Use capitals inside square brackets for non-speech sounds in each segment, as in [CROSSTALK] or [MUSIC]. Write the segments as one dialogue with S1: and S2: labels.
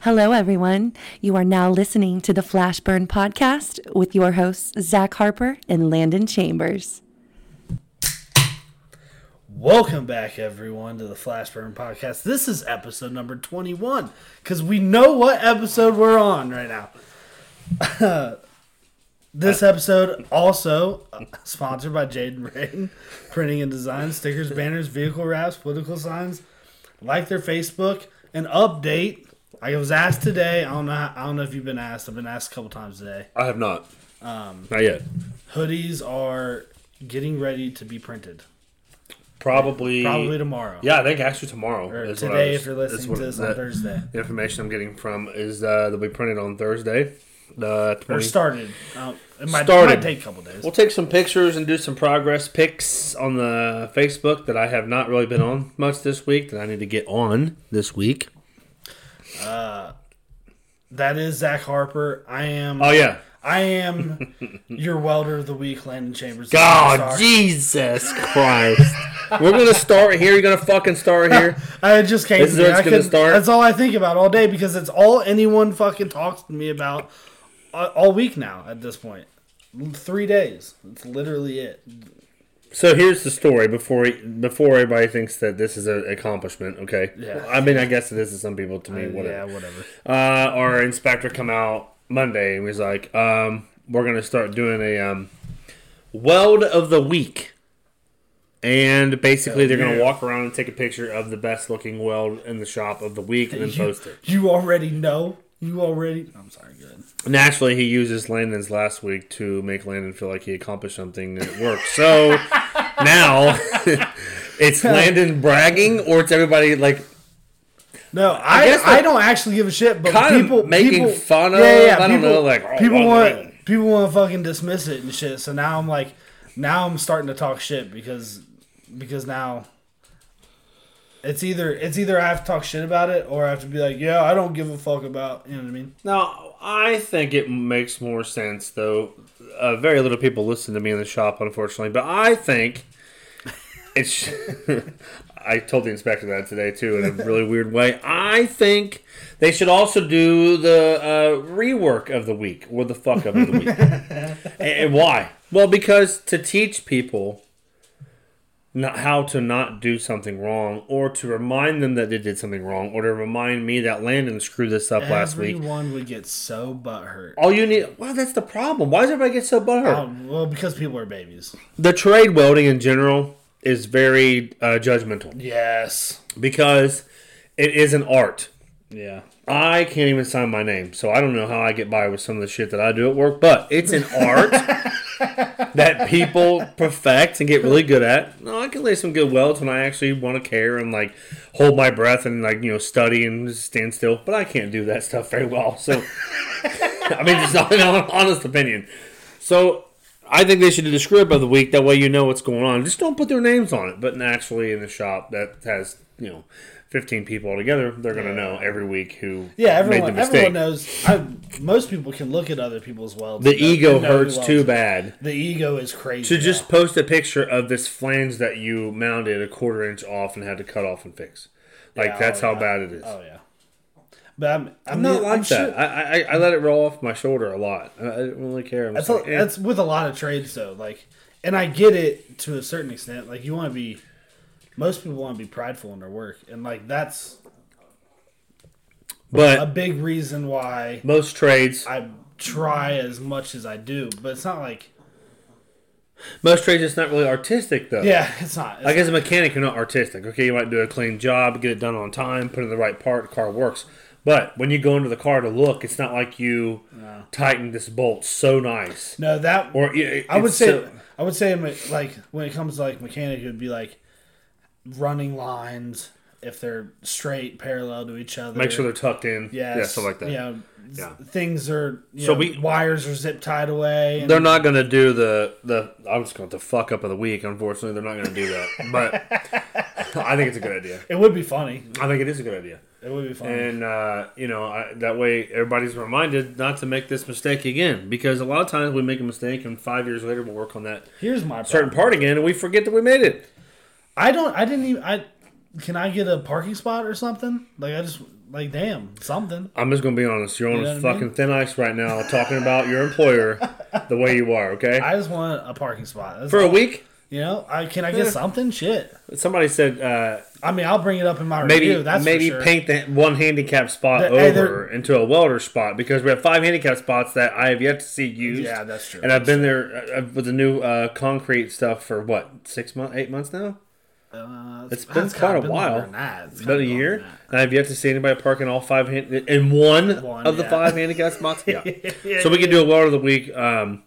S1: Hello, everyone. You are now listening to the Flashburn podcast with your hosts, Zach Harper and Landon Chambers.
S2: Welcome back, everyone, to the Flashburn podcast. This is episode number 21 because we know what episode we're on right now. [LAUGHS] this episode also uh, sponsored by Jaden Rain, [LAUGHS] printing and design, stickers, banners, vehicle wraps, political signs. Like their Facebook. An update. I was asked today. I don't know. I don't know if you've been asked. I've been asked a couple times today.
S3: I have not.
S2: Um,
S3: not yet.
S2: Hoodies are getting ready to be printed.
S3: Probably.
S2: Probably tomorrow.
S3: Yeah, I think actually tomorrow.
S2: Or
S3: is what I
S2: today,
S3: was-
S2: if you're
S3: is
S2: listening
S3: what
S2: to this
S3: [LAUGHS] that-
S2: on Thursday.
S3: The information I'm getting from is uh, they'll be printed on Thursday. The
S2: Or
S3: 20
S2: started. Um, it might,
S3: Started.
S2: might take a couple days.
S3: We'll take some pictures and do some progress pics on the Facebook that I have not really been on much this week that I need to get on this week.
S2: That is Zach Harper. I am.
S3: Oh yeah.
S2: I am
S3: [LAUGHS]
S2: your welder of the week, Landon Chambers.
S3: God,
S2: Sorry.
S3: Jesus Christ. We're gonna start here. You're gonna fucking start here.
S2: [LAUGHS] I just came.
S3: This is
S2: to me.
S3: where it's
S2: I
S3: gonna
S2: could-
S3: start.
S2: That's all I think about all day because it's all anyone fucking talks to me about all all week now. At this point, three days. That's literally it.
S3: So here's the story before before everybody thinks that this is an accomplishment. Okay.
S2: Yeah.
S3: I mean, I guess it is to some people. To me, whatever.
S2: Yeah, whatever.
S3: uh, our inspector come out Monday and was like, um, "We're gonna start doing a um, weld of the week." And
S2: Oh,
S3: basically, they're gonna walk around and take a picture of the best looking weld in the shop of the week and
S2: [LAUGHS]
S3: then
S2: You,
S3: post it.
S2: you already know. You already. I'm sorry. Good.
S3: Naturally, he uses Landon's last week to make Landon feel like he accomplished something and it worked. So now [LAUGHS] it's Landon bragging, or it's everybody like
S2: No, I I,
S3: guess they're
S2: don't actually give a shit. But
S3: kind of
S2: people
S3: making
S2: people,
S3: fun of, I don't know, like, oh,
S2: people
S3: well,
S2: want
S3: man.
S2: people want to fucking dismiss it and shit. So now I'm like, now I'm starting to talk shit because because now it's either it's either I have to talk shit about it or I have to be like, yeah, I don't give a fuck about you know what I mean.
S3: Now, I think it makes more sense, though. Uh, very little people listen to me in the shop, unfortunately, but I think it's. [LAUGHS] I told the inspector that today, too, in a really weird way. I think they should also do the uh, rework of the week or the fuck up of the week. and, and why? Well, because to teach people not how to not do something wrong or to remind them that they did something wrong or to remind me that Landon screwed this up last week. Oh.
S2: Everyone would get so butthurt.
S3: All you need. Well, that's the problem. Why does everybody get so butthurt?
S2: Um, well, because people are babies.
S3: the trade welding in general is very uh, judgmental
S2: Yes.
S3: because it is an art.
S2: Yeah.
S3: I can't even sign my name, so I don't know how I get by with some of the shit that I do at work. But it's an art
S2: [LAUGHS]
S3: that people perfect and get really good at. No, I can lay some good welds when I actually want to care and like hold my breath and like you know study and just stand still. But I can't do that stuff very well. So [LAUGHS] I mean, it's not an honest opinion. So I think they should do the screw up of the week. That way you know what's going on. Just don't put their names on it. But naturally, in the shop that has you know. 15 people altogether, they're going to know every week who
S2: Yeah,
S3: made
S2: everyone.
S3: the mistake.
S2: Everyone knows. I, most people can look at other people's welds.
S3: The
S2: and know-
S3: ego
S2: and know who
S3: hurts
S2: welds
S3: too
S2: it.
S3: bad.
S2: The ego is crazy.
S3: To just
S2: now.
S3: post a picture of this flange that you mounted a quarter inch off and had to cut off and fix. Like,
S2: Yeah,
S3: that's
S2: oh,
S3: how
S2: yeah.
S3: bad it is.
S2: Oh yeah. But I'm, I'm,
S3: I'm not
S2: I'm
S3: like that.
S2: sure-
S3: I, I, I let it roll off my shoulder a lot. I, I didn't really care. I'm
S2: that's,
S3: just
S2: a-
S3: like, eh.
S2: that's with a lot of trades though. Like, and I get it to a certain extent. Like, you want to be. Most people want to be prideful in their work, and like that's a
S3: but
S2: big reason why
S3: most trades,
S2: I try as much as I do. But it's not like
S3: most trades, it's not really artistic though.
S2: yeah, it's not. It's
S3: Like as a mechanic, you're not artistic. Okay, you might do a clean job, get it done on time, put in the right part, the car works. But when you go into the car to look, it's not like you tighten this bolt so nice.
S2: no that
S3: Or it-
S2: I would
S3: it's
S2: say
S3: so-
S2: I would say me- like when it comes to like mechanic, it would be like running lines if they're straight parallel to each other.
S3: make sure they're tucked in.
S2: yes,
S3: yeah, stuff like that.
S2: You know,
S3: Yeah.
S2: things are you
S3: So
S2: know,
S3: we-
S2: wires are zip tied away. And
S3: They're not gonna do the the. I was going to fuck up of the week. Unfortunately, they're not gonna do that. But [LAUGHS] I think it's a good idea.
S2: it would be funny.
S3: I think it is a good idea.
S2: It would be funny.
S3: And uh, you know I, that way everybody's reminded not to make this mistake again because a lot of times we make a mistake and five years later we'll work on that
S2: Here's my
S3: certain
S2: problem.
S3: part again and we forget that we made it.
S2: I don't. I didn't even. I can I get a parking spot or something? Like I just like damn something.
S3: I'm just gonna be honest. You're on
S2: You know
S3: a
S2: what I mean?
S3: fucking thin ice right now, talking about your employer the way you are. Okay,
S2: [LAUGHS] I just want a parking spot. That's
S3: for
S2: all.
S3: a week,
S2: you know, I can I get
S3: Yeah.
S2: something? Shit.
S3: somebody said uh,
S2: I mean, I'll bring it up in my
S3: maybe
S2: review. That's
S3: maybe
S2: for sure.
S3: paint that one handicap spot
S2: The- hey, they're-
S3: over into a welder spot because we have five handicap spots that I have yet to see used.
S2: Yeah, that's true.
S3: And I've been there uh, with the new uh, concrete stuff for what six months, eight months now.
S2: Uh,
S3: It's been
S2: that's
S3: quite a
S2: kinda been
S3: while.
S2: longer than that. It's
S3: About a
S2: kinda
S3: year,
S2: longer than
S3: and I've yet to see anybody parking all five hand- in one,
S2: One,
S3: of the
S2: yeah.
S3: five
S2: [LAUGHS]
S3: handicap spots. Yeah.
S2: Yeah,
S3: so we can do a welder of the week. Um,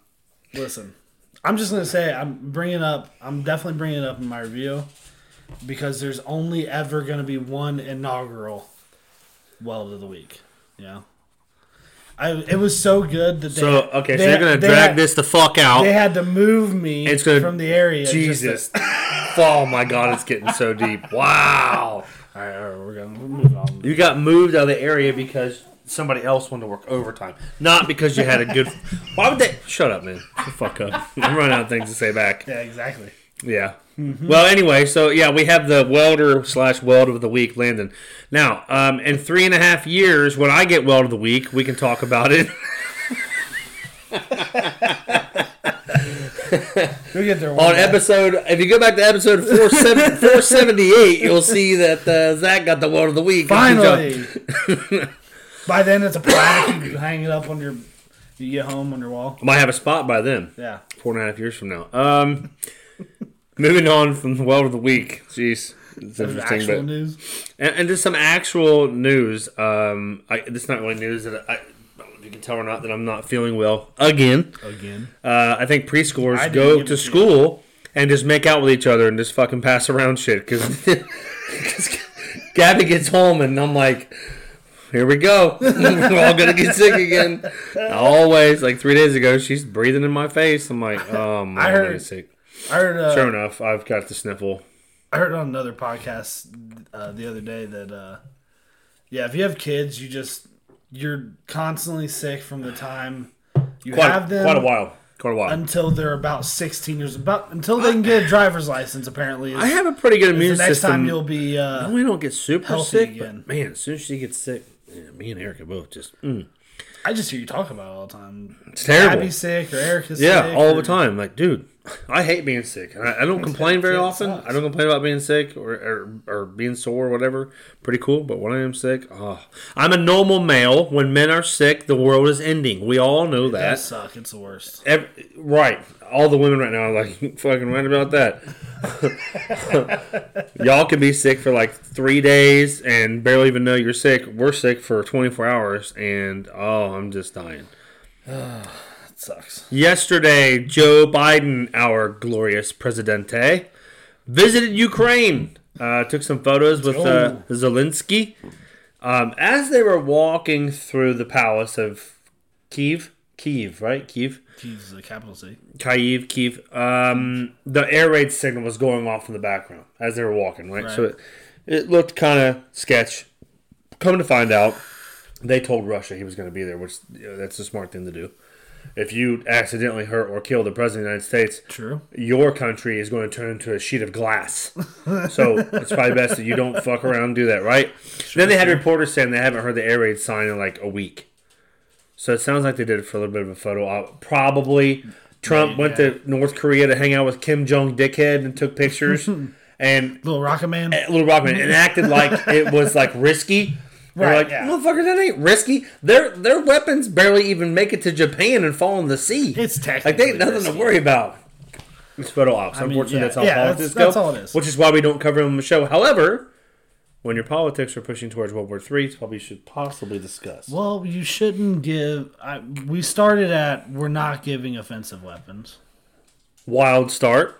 S2: that. Listen, I'm just gonna say I'm bringing up. I'm definitely bringing it up in my review because there's only ever gonna be one inaugural weld of the week. Yeah. I, it was so good that they,
S3: so okay,
S2: they-
S3: so you're gonna
S2: they
S3: drag
S2: had-
S3: this the fuck out.
S2: They had to move me
S3: It's gonna-
S2: from the area. just to-
S3: Jesus. [LAUGHS] oh my God, it's getting so
S2: [LAUGHS]
S3: deep. Wow.
S2: all right, all right, we're gonna we're moving on.
S3: You got moved out of the area because somebody else wanted to work overtime, not because you had a good. [LAUGHS] Why would they? Shut up, man. Shut the Fuck up. I'm running out of things to say back.
S2: Yeah, exactly.
S3: Yeah. Well, anyway, so yeah, we have the welder slash weld of the week, Landon. Now, um, in three and a half years, when I get weld of the week, we can talk about it.
S2: We'll get there one
S3: [LAUGHS] on
S2: day.
S3: episode if you go back to episode [LAUGHS] 47 478 you'll see that uh, zach got the word of the week
S2: Finally.
S3: [LAUGHS]
S2: By then, it's a plaque. You hang it up on your. You get home on your wall.
S3: might have a spot by then
S2: Yeah.
S3: four and a half years from now um [LAUGHS] moving on from the word of the week jeez it's
S2: There's
S3: interesting
S2: actual
S3: but
S2: news.
S3: and, and just some actual news um I, it's not really news that I, I don't know if you can tell or not that i'm not feeling well again
S2: Again.
S3: uh, i think preschoolers
S2: I didn't
S3: go
S2: give it to
S3: to school and just make out with each other and just fucking pass around shit [LAUGHS] because Gabby gets home and I'm like, here we go. [LAUGHS] We're all gonna get sick again. Always. Like three days ago, she's breathing in my face. I'm like,
S2: [LAUGHS]
S3: oh man,
S2: I
S3: I
S2: heard-
S3: am gonna get sick.
S2: I heard. Uh,
S3: Sure enough, I've got the sniffle.
S2: I heard on another podcast uh, the other day that. Uh, yeah, if you have kids, you just you're constantly sick from the time you
S3: Quite,
S2: have them
S3: quite a while. Quite a while.
S2: until they're about 16 years about until they can get a driver's license. Apparently, is,
S3: I have a pretty good immune
S2: is the next
S3: system.
S2: time you'll be. Uh,
S3: we don't get super
S2: healthy
S3: sick,
S2: again.
S3: but man, as soon as she gets sick, yeah, me and Erica both just mm.
S2: I just hear you talk about it all the time.
S3: it's terrible.
S2: Abby's sick or Eric is
S3: Yeah,
S2: sick.
S3: all
S2: or-
S3: the time. Like, dude, I hate being sick. I, I don't complain very
S2: It
S3: often.
S2: sucks.
S3: I don't complain about being sick or, or, or being sore or whatever. Pretty cool. But when I am sick, oh. I'm a normal male. When men are sick, the world is ending. We all know
S2: That
S3: that.
S2: suck. It's the worst.
S3: Ev right. All the women right now are like, [LAUGHS] fucking right about that. [LAUGHS] Y'all can be sick for like three days and barely even know you're sick. We're sick for 24 hours and, oh, I'm just dying.
S2: It sucks.
S3: Yesterday, Joe Biden, our glorious presidente, visited Ukraine. Uh, took some photos with uh, Zelensky. Um, as they were walking through the palace of Kiev, Kiev, right? Kiev,
S2: He's the capital city.
S3: Kiev, Kiev. Um, the air raid signal was going off in the background as they were walking, right? So it, it looked kind of sketch. Come to find out, they told Russia he was going to be there, which you know, that's a smart thing to do. If you accidentally hurt or kill the president of the United States,
S2: True.
S3: your country is going to turn into a sheet of glass. so it's probably best that you don't fuck around and do that, right? then they had reporters saying they haven't heard the air raid sign in like a week. So it sounds like they did it for a little bit of a photo op. Probably Trump went to North Korea to hang out with Kim Jong Dickhead and took pictures and
S2: Little Rocket Man.
S3: Little Rockman and
S2: [LAUGHS]
S3: acted like it was like risky. They're
S2: Right,
S3: like,
S2: yeah.
S3: motherfucker, that ain't risky. Their their weapons barely even make it to Japan and fall in the sea.
S2: It's technically
S3: like they ain't nothing
S2: risky.
S3: to worry about. It's photo ops.
S2: mean,
S3: Unfortunately,
S2: yeah,
S3: that's how
S2: yeah, that's-
S3: politics go.
S2: that's all it is.
S3: Which is why we don't cover them on the show. However, when your politics are pushing towards World War III, it's probably should possibly discuss.
S2: Well, you shouldn't give. I, we started at we're not giving offensive weapons.
S3: Wild start.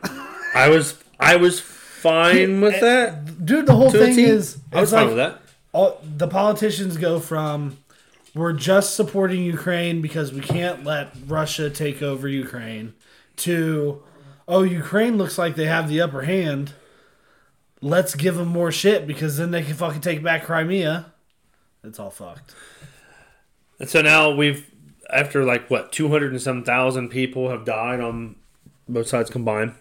S3: I was I was
S2: [LAUGHS]
S3: fine with that.
S2: Dude, the whole
S3: To a
S2: thing
S3: T.
S2: is.
S3: I
S2: it's
S3: was fine
S2: like
S3: with that.
S2: All, the politicians go from we're just supporting Ukraine because we can't let Russia take over Ukraine to oh, Ukraine looks like they have the upper hand. Let's give them more shit because then they can fucking take back Crimea. It's all fucked.
S3: And so now we've, after like what, 200 and some thousand people have died on both sides combined.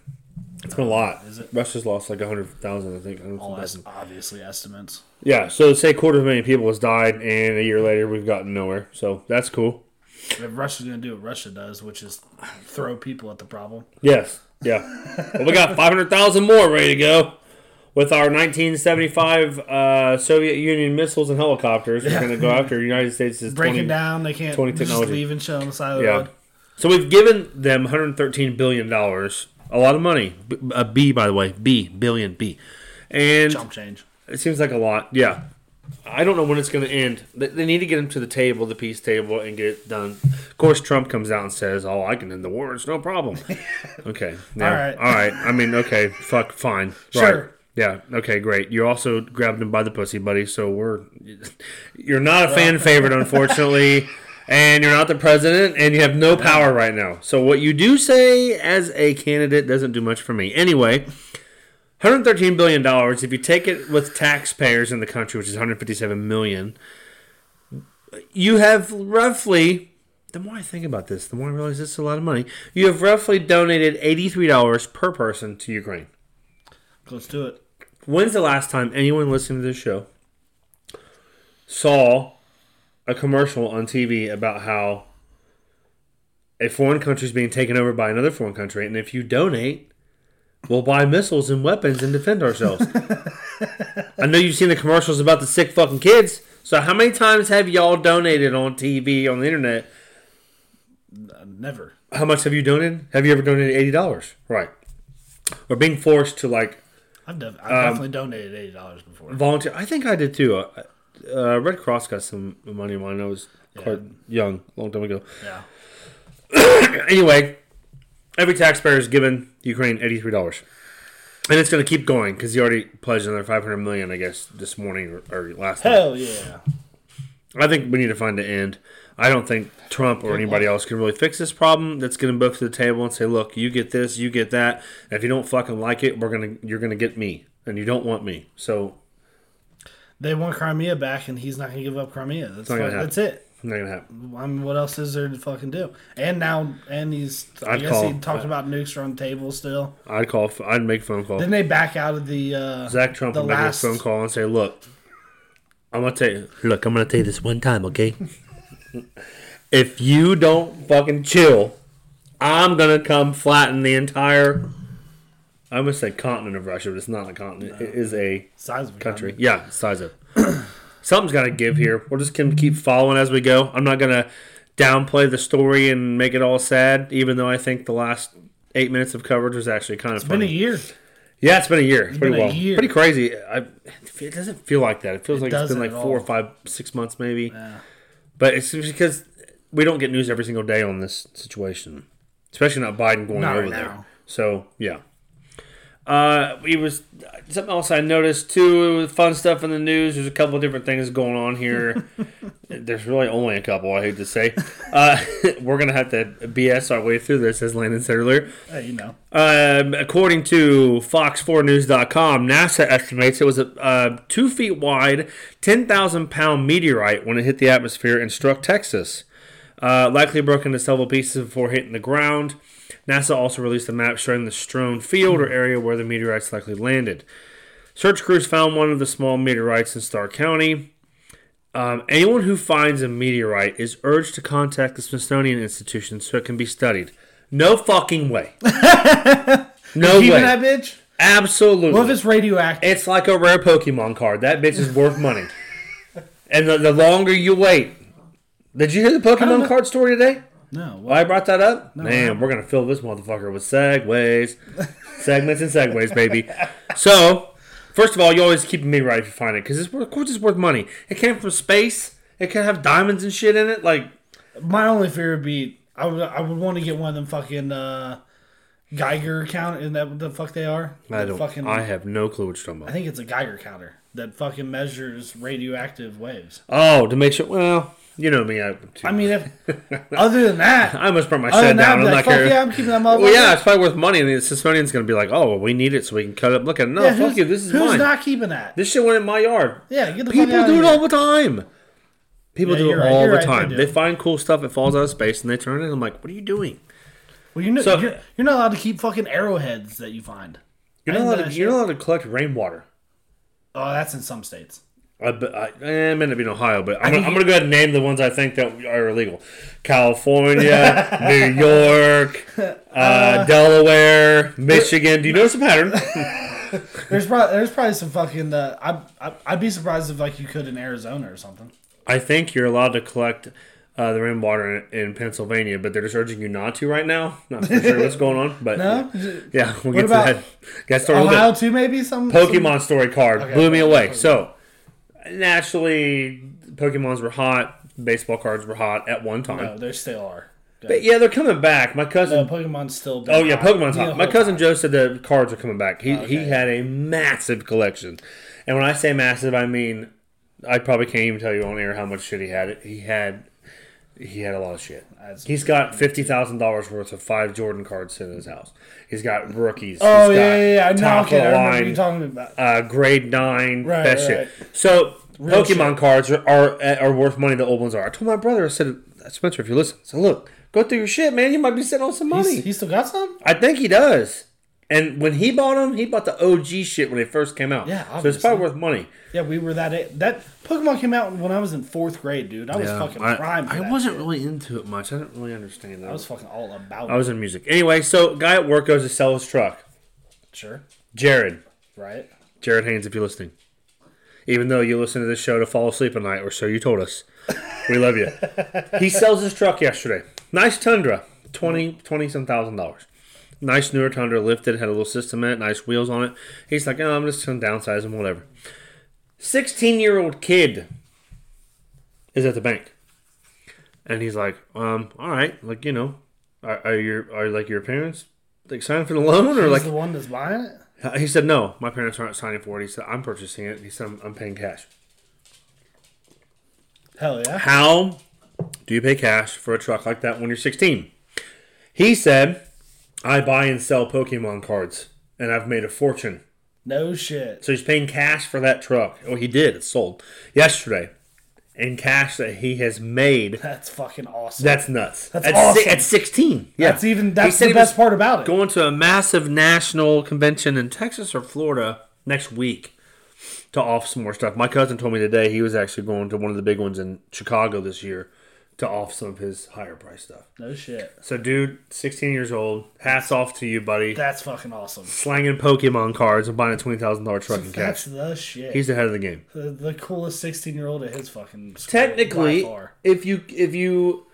S3: It's been a lot.
S2: Is it?
S3: Russia's lost like 100,000, I think. I don't know
S2: All
S3: if it's
S2: that's obviously estimates.
S3: Yeah, so say a quarter of a million people has died, and a year later we've gotten nowhere. So that's cool.
S2: If Russia's going to do what Russia does, which is throw people at the problem.
S3: Yes, yeah.
S2: [LAUGHS]
S3: well, we got five hundred thousand more ready to go with our nineteen seventy five uh, Soviet Union missiles and helicopters. We're going to go after the United States is
S2: Break
S3: 20
S2: it down. They can't
S3: 20
S2: just
S3: technology.
S2: leave and show on the side of the
S3: Yeah.
S2: road.
S3: So we've given them one hundred thirteen billion dollars. A lot of money. B- a B, by the way, B billion B, and
S2: Jump change.
S3: It seems like a lot. Yeah. I don't know when it's going to end. They- They need to get him to the table, the peace table, and get it done. Of course, Trump comes out and says, "Oh, I can end the war. It's
S2: [LAUGHS]
S3: no problem." okay. Yeah.
S2: All right.
S3: All right. I mean, okay. Fuck. Fine.
S2: [LAUGHS] Sure.
S3: Right. Yeah. Okay. Great. You also grabbed him by the pussy, buddy. So we're you're not a fan favorite, unfortunately, and you're not the president, and you have no power right now. So what you do say as a candidate doesn't do much for me. Anyway. 113 billion dollars if you take it with taxpayers in the country which is 157 million you have roughly the more i think about this the more i realize this is a lot of money you have roughly donated $83 per person to ukraine
S2: Let's do it.
S3: when's the last time anyone listening to this show saw a commercial on tv about how a foreign country is being taken over by another foreign country and if you donate we'll buy missiles and weapons and defend ourselves I know you've seen the commercials about the sick fucking kids. So how many times have y'all donated on TV on the internet?
S2: Uh, never.
S3: How much have you donated? Have you ever donated eighty dollars? Right. Or being forced to like
S2: I've, def- I've
S3: Um,
S2: definitely donated eighty dollars
S3: [LAUGHS]
S2: before.
S3: volunteer. I think I did too. Uh, uh, Red Cross got some money when I was quite young, long time ago. [CLEARS THROAT]
S2: Yeah.
S3: anyway, every taxpayer is given Ukraine eighty-three dollars, and it's going to keep going because he already pledged another five hundred million, I guess, this morning or, or last. night.
S2: Hell yeah.
S3: I think we need to find an end. I don't think Trump or anybody else can really fix this problem. Let's get them both to the table and say, "Look, you get this, you get that. And if you don't fucking like it, we're gonna, you're gonna get me, and you don't want me." So
S2: They want Crimea back, and he's not going to give up Crimea. That's
S3: not gonna
S2: fuck-
S3: happen.
S2: that's it.
S3: not gonna happen.
S2: I mean, what else is there to fucking do? And now, and he's. I
S3: I'd
S2: guess
S3: call-
S2: he talked about nukes are on the table still.
S3: I'd call. I'd make a phone call.
S2: Then they back out of the. Uh,
S3: Zach Trump
S2: the
S3: would make
S2: last-
S3: a phone call and say, "Look, I'm gonna tell you. Look, I'm gonna tell you this one time, okay? if you don't fucking chill, I'm gonna come flatten the entire. I almost say continent of Russia, but it's not a continent. It is a
S2: size of a
S3: country. Yeah, size up. [CLEARS THROAT] Something's got to give here. We're just gonna keep following as we go. I'm not gonna downplay the story and make it all sad, even though I think the last eight minutes of coverage was actually kind of
S2: Been
S3: funny.
S2: a year.
S3: Yeah, it's been a year. It's pretty
S2: been a
S3: well.
S2: year.
S3: Pretty crazy. I, it doesn't feel like that. It feels like it's
S2: doesn't
S3: been like
S2: at
S3: four or
S2: all.
S3: five, six months maybe. But it's because we don't get news every single day on this situation, especially not Biden going
S2: Not
S3: over
S2: right
S3: there.
S2: now.
S3: So yeah. Uh, it was something else I noticed too. Fun stuff in the news. There's a couple of different things going
S2: [LAUGHS]
S3: on here. There's really only a couple. I hate to say. Uh, [LAUGHS] we're gonna have to BS our way through this, as Landon said earlier.
S2: Hey, you know.
S3: Um, according to Fox4News.com, NASA estimates it was a uh, two feet wide, 10,000 pound meteorite when it hit the atmosphere and struck Texas. Uh, likely broke into several pieces before hitting the ground. NASA also released a map showing the strewn field or area where the meteorites likely landed. Search crews found one of the small meteorites in Starr County. Um, anyone who finds a meteorite is urged to contact the Smithsonian Institution so it can be studied. No fucking way.
S2: [LAUGHS]
S3: No
S2: Keeping
S3: way.
S2: that bitch?
S3: Absolutely.
S2: Well, if it's radioactive,
S3: It's like a rare Pokemon card. That bitch is
S2: [LAUGHS]
S3: worth money. And the, the longer you wait. Did you hear the Pokemon card story today?
S2: no.
S3: Why
S2: Well,
S3: Oh, I brought that up? Man, we're gonna fill this motherfucker with segues, segments and segues, baby. So, first of all, you always keep me right if you find it because it's worth, of course it's worth money. It came from space. It can have diamonds and shit in it. Like,
S2: my only fear would be I would I would want to get one of them fucking uh, Geiger count. Isn't that what the fuck they are?
S3: I
S2: That
S3: don't.
S2: Fucking,
S3: I
S2: I
S3: have no clue what you're talking about.
S2: think it's a Geiger counter that fucking measures radioactive waves.
S3: Oh, to make sure. Well, you know me. I,
S2: I mean, if
S3: [LAUGHS]
S2: other than that,
S3: I must put my
S2: other
S3: head
S2: than that,
S3: down.
S2: I'd
S3: I'm
S2: be
S3: not
S2: like, fuck
S3: care.
S2: yeah, I'm keeping that motherfucker.
S3: Well, yeah, it's probably worth money, and the Smithsonian's gonna be like, "Oh, well, we need it so we can cut it up." Look at it. No,
S2: Yeah,
S3: fuck
S2: who's-
S3: you. This is
S2: who's
S3: mine.
S2: not keeping that?
S3: This shit went in my yard.
S2: Yeah, get the fuck
S3: People
S2: outta
S3: do it
S2: here.
S3: all the time. People
S2: Yeah,
S3: do it
S2: you're right,
S3: all
S2: you're
S3: the
S2: right, they
S3: time.
S2: do.
S3: They, find cool stuff that falls out of space and they turn it. And I'm like, what are you doing?
S2: Well, you know,
S3: So-
S2: you're, you're not allowed to keep fucking arrowheads that you find. I didn't
S3: You're not
S2: know
S3: allowed to,
S2: that
S3: you're not
S2: shit.
S3: allowed to collect rainwater.
S2: Oh, that's in some states.
S3: I, but I, eh, it may not be in Ohio, but I'm, gonna, I'm gonna go ahead and name the ones I think that are illegal:
S2: [LAUGHS]
S3: California, New York, uh, Delaware, Michigan. Do you notice a pattern? [LAUGHS]
S2: There's probably there's probably some fucking. Uh, I, I I'd be surprised if like you could in Arizona or something.
S3: I think you're allowed to collect uh, the rainwater in, in Pennsylvania, but they're just urging you not to right now. Not for sure what's going on, but
S2: No?
S3: yeah, we'll get to
S2: about
S3: that. Got started with
S2: Ohio
S3: a
S2: too, maybe some
S3: Pokemon story card blew me
S2: Pokemon,
S3: away.
S2: Pokemon.
S3: So naturally, Pokemons were hot. Baseball cards were hot at one time.
S2: Some, no, Oh, there still are.
S3: But yeah, they're coming back. My cousin
S2: No, Pokemon's still. been
S3: Oh yeah,
S2: hot.
S3: Pokemon's
S2: You
S3: hot.
S2: know,
S3: My
S2: Pokemon.
S3: cousin Joe said the cards are coming back. He he
S2: Okay.
S3: had a massive collection, and when I say massive, I mean I probably can't even tell you on air how much shit he had. He had he had a lot of shit.
S2: That's-
S3: He's got fifty thousand dollars worth of five Jordan cards in his house. He's got rookies.
S2: Oh
S3: He's
S2: yeah,
S3: got
S2: yeah, yeah. I know.
S3: top
S2: Okay,
S3: of
S2: I
S3: the
S2: remember
S3: line,
S2: you talking about.
S3: uh, grade nine,
S2: Right,
S3: that
S2: right,
S3: shit.
S2: right.
S3: So
S2: Real
S3: Pokemon cards are, are are worth money. The old ones are. I told my brother, I said, Spencer, if you listen, I said, look, go through your shit, man. You might be sitting on some money.
S2: He's, he still got some.
S3: I think he does. And when he bought them, he bought the OG shit when they first came out.
S2: Yeah,
S3: so it's
S2: obviously.
S3: probably worth money.
S2: Yeah, we were that. a That Pokemon came out when I was in fourth grade, dude. I was fucking prime. For that shit.
S3: really into it much. I didn't really understand that.
S2: I was fucking all about.
S3: I was in music anyway. So guy at work goes to sell his truck.
S2: it. sure,
S3: Jared,
S2: right?
S3: Jared Haynes, if you're listening, even though you listen to this show to fall asleep at night, or so you told us, we love you. he sells his truck yesterday. Nice Tundra, 20, 20 some thousand dollars. Nice newer Tundra, lifted, had a little system in it, nice wheels on it. He's like, oh, I'm just going to downsize him, whatever. 16 year old kid is at the bank. And he's like, um, all right, like, you know, are, are your, are like your parents like signing for the loan or
S2: He's
S3: like
S2: the one that's buying it.
S3: uh, He said, "No, my parents aren't signing for it." He said, "I'm purchasing it." He said, "I'm, I'm paying cash."
S2: Hell yeah.
S3: How do you pay cash for a truck like that when you're 16? He said, "I buy and sell Pokemon cards, and I've made a fortune."
S2: No shit.
S3: So he's paying cash for that truck. Oh, he did. It's sold yesterday, in cash that he has made.
S2: That's fucking awesome.
S3: That's nuts.
S2: That's
S3: at,
S2: awesome.
S3: at 16. Yeah.
S2: That's even-
S3: He
S2: that's
S3: said
S2: the
S3: he was
S2: best part about it.
S3: Going to a massive national convention in Texas or Florida next week to off some more stuff. My cousin told me today he was actually going to one of the big ones in Chicago this year to off some of his higher price stuff.
S2: no shit.
S3: So, dude, 16 years old. Hats off to you, buddy.
S2: That's fucking awesome.
S3: Slanging Pokemon cards and buying a twenty thousand dollar truck in
S2: That's
S3: cash.
S2: the shit.
S3: He's ahead of the game.
S2: the, the coolest sixteen year old at his fucking school,
S3: technically
S2: by far.
S3: if you if you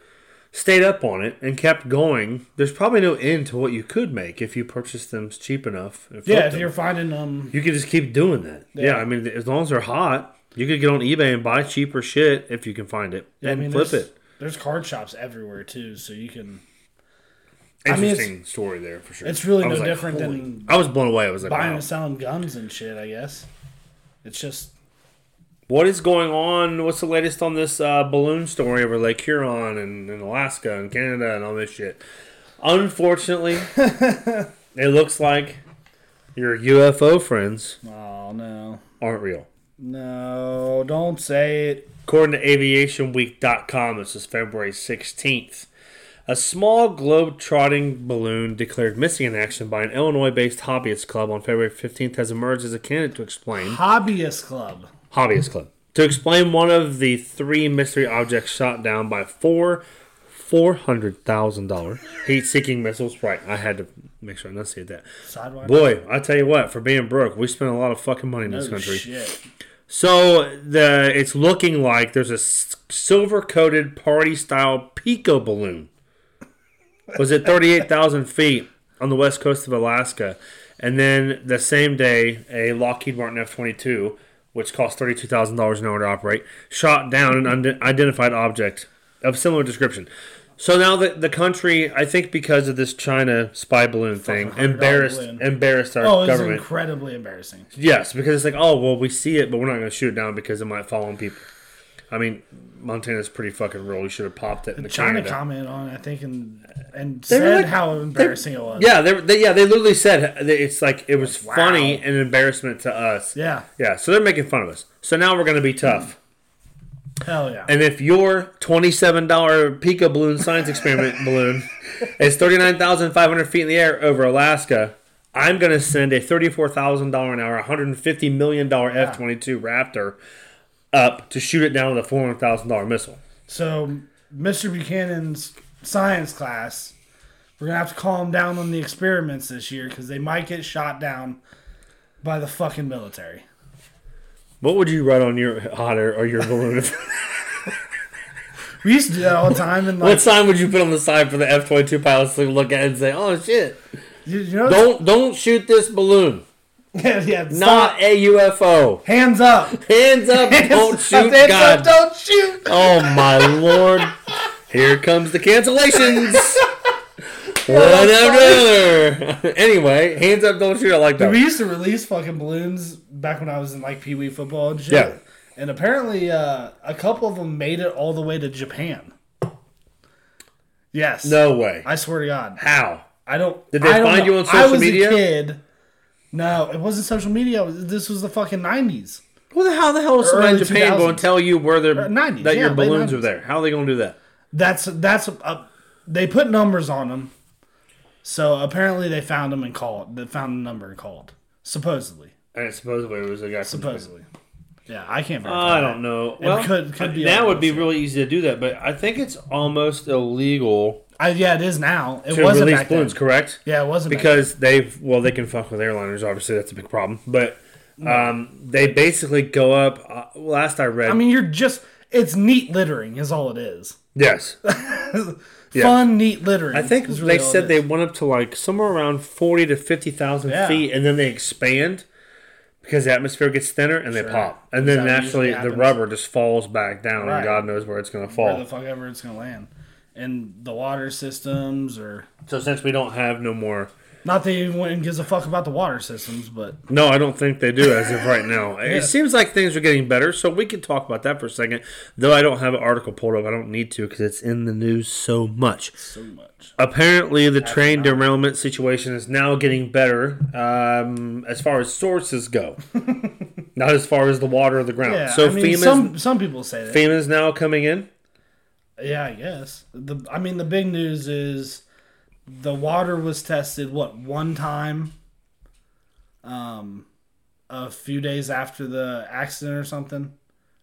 S3: stayed up on it and kept going there's probably no end to what you could make if you purchase them cheap enough and flip
S2: Yeah, if
S3: them.
S2: you're finding um,
S3: you could just keep doing that yeah.
S2: Yeah.
S3: i mean as long as they're hot you could get on ebay and buy cheaper shit if you can find it
S2: I
S3: and
S2: mean,
S3: flip
S2: there's,
S3: it
S2: There's card shops everywhere too, so you can I mean, it's-
S3: interesting story there for sure
S2: it's really
S3: I was
S2: no
S3: like,
S2: different
S3: holy-
S2: than
S3: i was blown away i was like
S2: buying
S3: wow.
S2: and selling guns and shit. I guess it's just
S3: what is going on what's the latest on this uh, balloon story over lake huron and, and alaska and canada and all this shit unfortunately
S2: [LAUGHS]
S3: it looks like your ufo friends
S2: oh no,
S3: aren't real
S2: no, don't say it.
S3: according to aviationweek.com this is february 16th a small globe-trotting balloon declared missing in action by an illinois-based hobbyist club on february 15th has emerged as a candidate to explain
S2: Hobbyist club.
S3: Hobbyist Club. To explain one of the three mystery objects shot down by four four hundred thousand dollar heat seeking missiles. Right, I had to make sure I enunciate that.
S2: Sidewinder.
S3: Boy, I tell you what, for being broke, we spend a lot of fucking money in this
S2: Oh,
S3: country.
S2: shit.
S3: So the it's looking like there's a silver coated party style pico balloon. Was at thirty eight thousand [LAUGHS] feet on the west coast of Alaska, and then the same day a Lockheed Martin F twenty two, which cost thirty two thousand dollars an hour to operate, shot down an unidentified object of similar description. So now the, the country, I think, because of this China spy balloon thing,
S2: $100
S3: embarrassed
S2: balloon.
S3: embarrassed our
S2: Oh, it's
S3: government.
S2: incredibly embarrassing.
S3: Yes, because it's like, oh well, we see it, but we're not going to shoot it down because it might fall on people. I mean, Montana's pretty fucking real. You should have popped it. in
S2: China
S3: Canada.
S2: commented on it, I think, and and
S3: They were
S2: said
S3: like-
S2: how
S3: they-
S2: embarrassing it was.
S3: Yeah, they, were- they yeah they literally said that it's like it was
S2: Wow.
S3: funny and embarrassment to us.
S2: Yeah.
S3: yeah. So they're making fun of us. So now we're going to be tough.
S2: Hell yeah.
S3: And if your twenty-seven dollar Pika balloon science [LAUGHS] experiment balloon is thirty-nine thousand five hundred feet in the air over Alaska, I'm going to send a thirty-four thousand dollar an hour, one hundred and fifty million dollar F twenty-two Raptor up to shoot it down with a four hundred thousand dollar missile.
S2: So, Mr. Buchanan's science class, we're gonna have to calm down on the experiments this year because they might get shot down by the fucking military.
S3: What would you write on your hot air or your balloon?
S2: We used to do that all the time, and
S3: [LAUGHS] what
S2: like,
S3: sign would you put on the side for the F twenty-two pilots to look at and say, "Oh shit,
S2: you, you know,
S3: don't don't shoot this balloon,
S2: [LAUGHS] yeah, yeah, stop.
S3: not a UFO."
S2: hands up,
S3: Hands up, [LAUGHS] don't shoot,
S2: hands
S3: God
S2: up, don't shoot.
S3: Oh my lord. Here comes the [LAUGHS] cancellations. One after another. [LAUGHS] Anyway, hands up, don't shoot. I like that.
S2: We
S3: one.
S2: used to release fucking balloons back when I was in like Pee Wee football and shit.
S3: Yeah.
S2: And apparently, uh, a couple of them made it all the way to Japan. Yes.
S3: No way.
S2: I swear to God.
S3: How?
S2: I don't.
S3: Did they
S2: I don't
S3: find
S2: know.
S3: you on
S2: I
S3: social
S2: was
S3: media?
S2: A kid. No, it wasn't social media. It was- This was the fucking nineties.
S3: Well, then how the hell is somebody in
S2: Early
S3: Japan
S2: 2000s.
S3: going to tell you where they're,
S2: 90s,
S3: that
S2: yeah,
S3: your
S2: late
S3: balloons are
S2: 90s.
S3: there? How are they going to do that?
S2: That's that's. Uh, they put numbers on them, so apparently they found them and called. They found the number and called. Supposedly,
S3: And supposedly it was a guy. from Japan.
S2: supposedly. Yeah, I can't. Verify
S3: I
S2: that.
S3: don't know. Well,
S2: could- could be
S3: now
S2: all
S3: would be
S2: bullshit.
S3: really easy to do that, but I think it's almost illegal
S2: I, yeah, it is now. It
S3: to
S2: wasn't
S3: release
S2: back
S3: balloons,
S2: then.
S3: correct?
S2: Yeah, it wasn't back
S3: because they've well they can fuck with airliners obviously that's a big problem but um, they basically go up uh, last i read
S2: then. I mean, you're just. It's neat littering is all it is. [LAUGHS]
S3: yes
S2: Fun neat littering.
S3: i think
S2: is really
S3: they
S2: all it
S3: said they
S2: is.
S3: went up to like somewhere around 40 to 50000
S2: Yeah.
S3: feet and then they expand because the atmosphere gets thinner and they pop and then
S2: that what usually
S3: naturally the
S2: happens?
S3: rubber just falls back down
S2: Right.
S3: and god knows where it's going to
S2: where the
S3: fall
S2: fuck ever it's gonna land, and the water systems or
S3: so since we don't have no more
S2: Not that anyone gives a fuck about the water systems, but
S3: No, I don't think they do as of right
S2: [LAUGHS]
S3: now. It seems like things are getting better, so we can talk about that for a second. Though I don't have an article pulled up, I don't need to because it's in the news so much.
S2: so much.
S3: Apparently, the train derailment situation is now getting better um, as far as sources
S2: [LAUGHS]
S3: go, not as far as the water or the ground.
S2: Yeah,
S3: so
S2: I mean,
S3: FEMA's,
S2: some some people say that.
S3: FEMA's now coming in.
S2: yeah, I guess. The I mean, the big news is the water was tested what one time, um, a few days after the accident or something,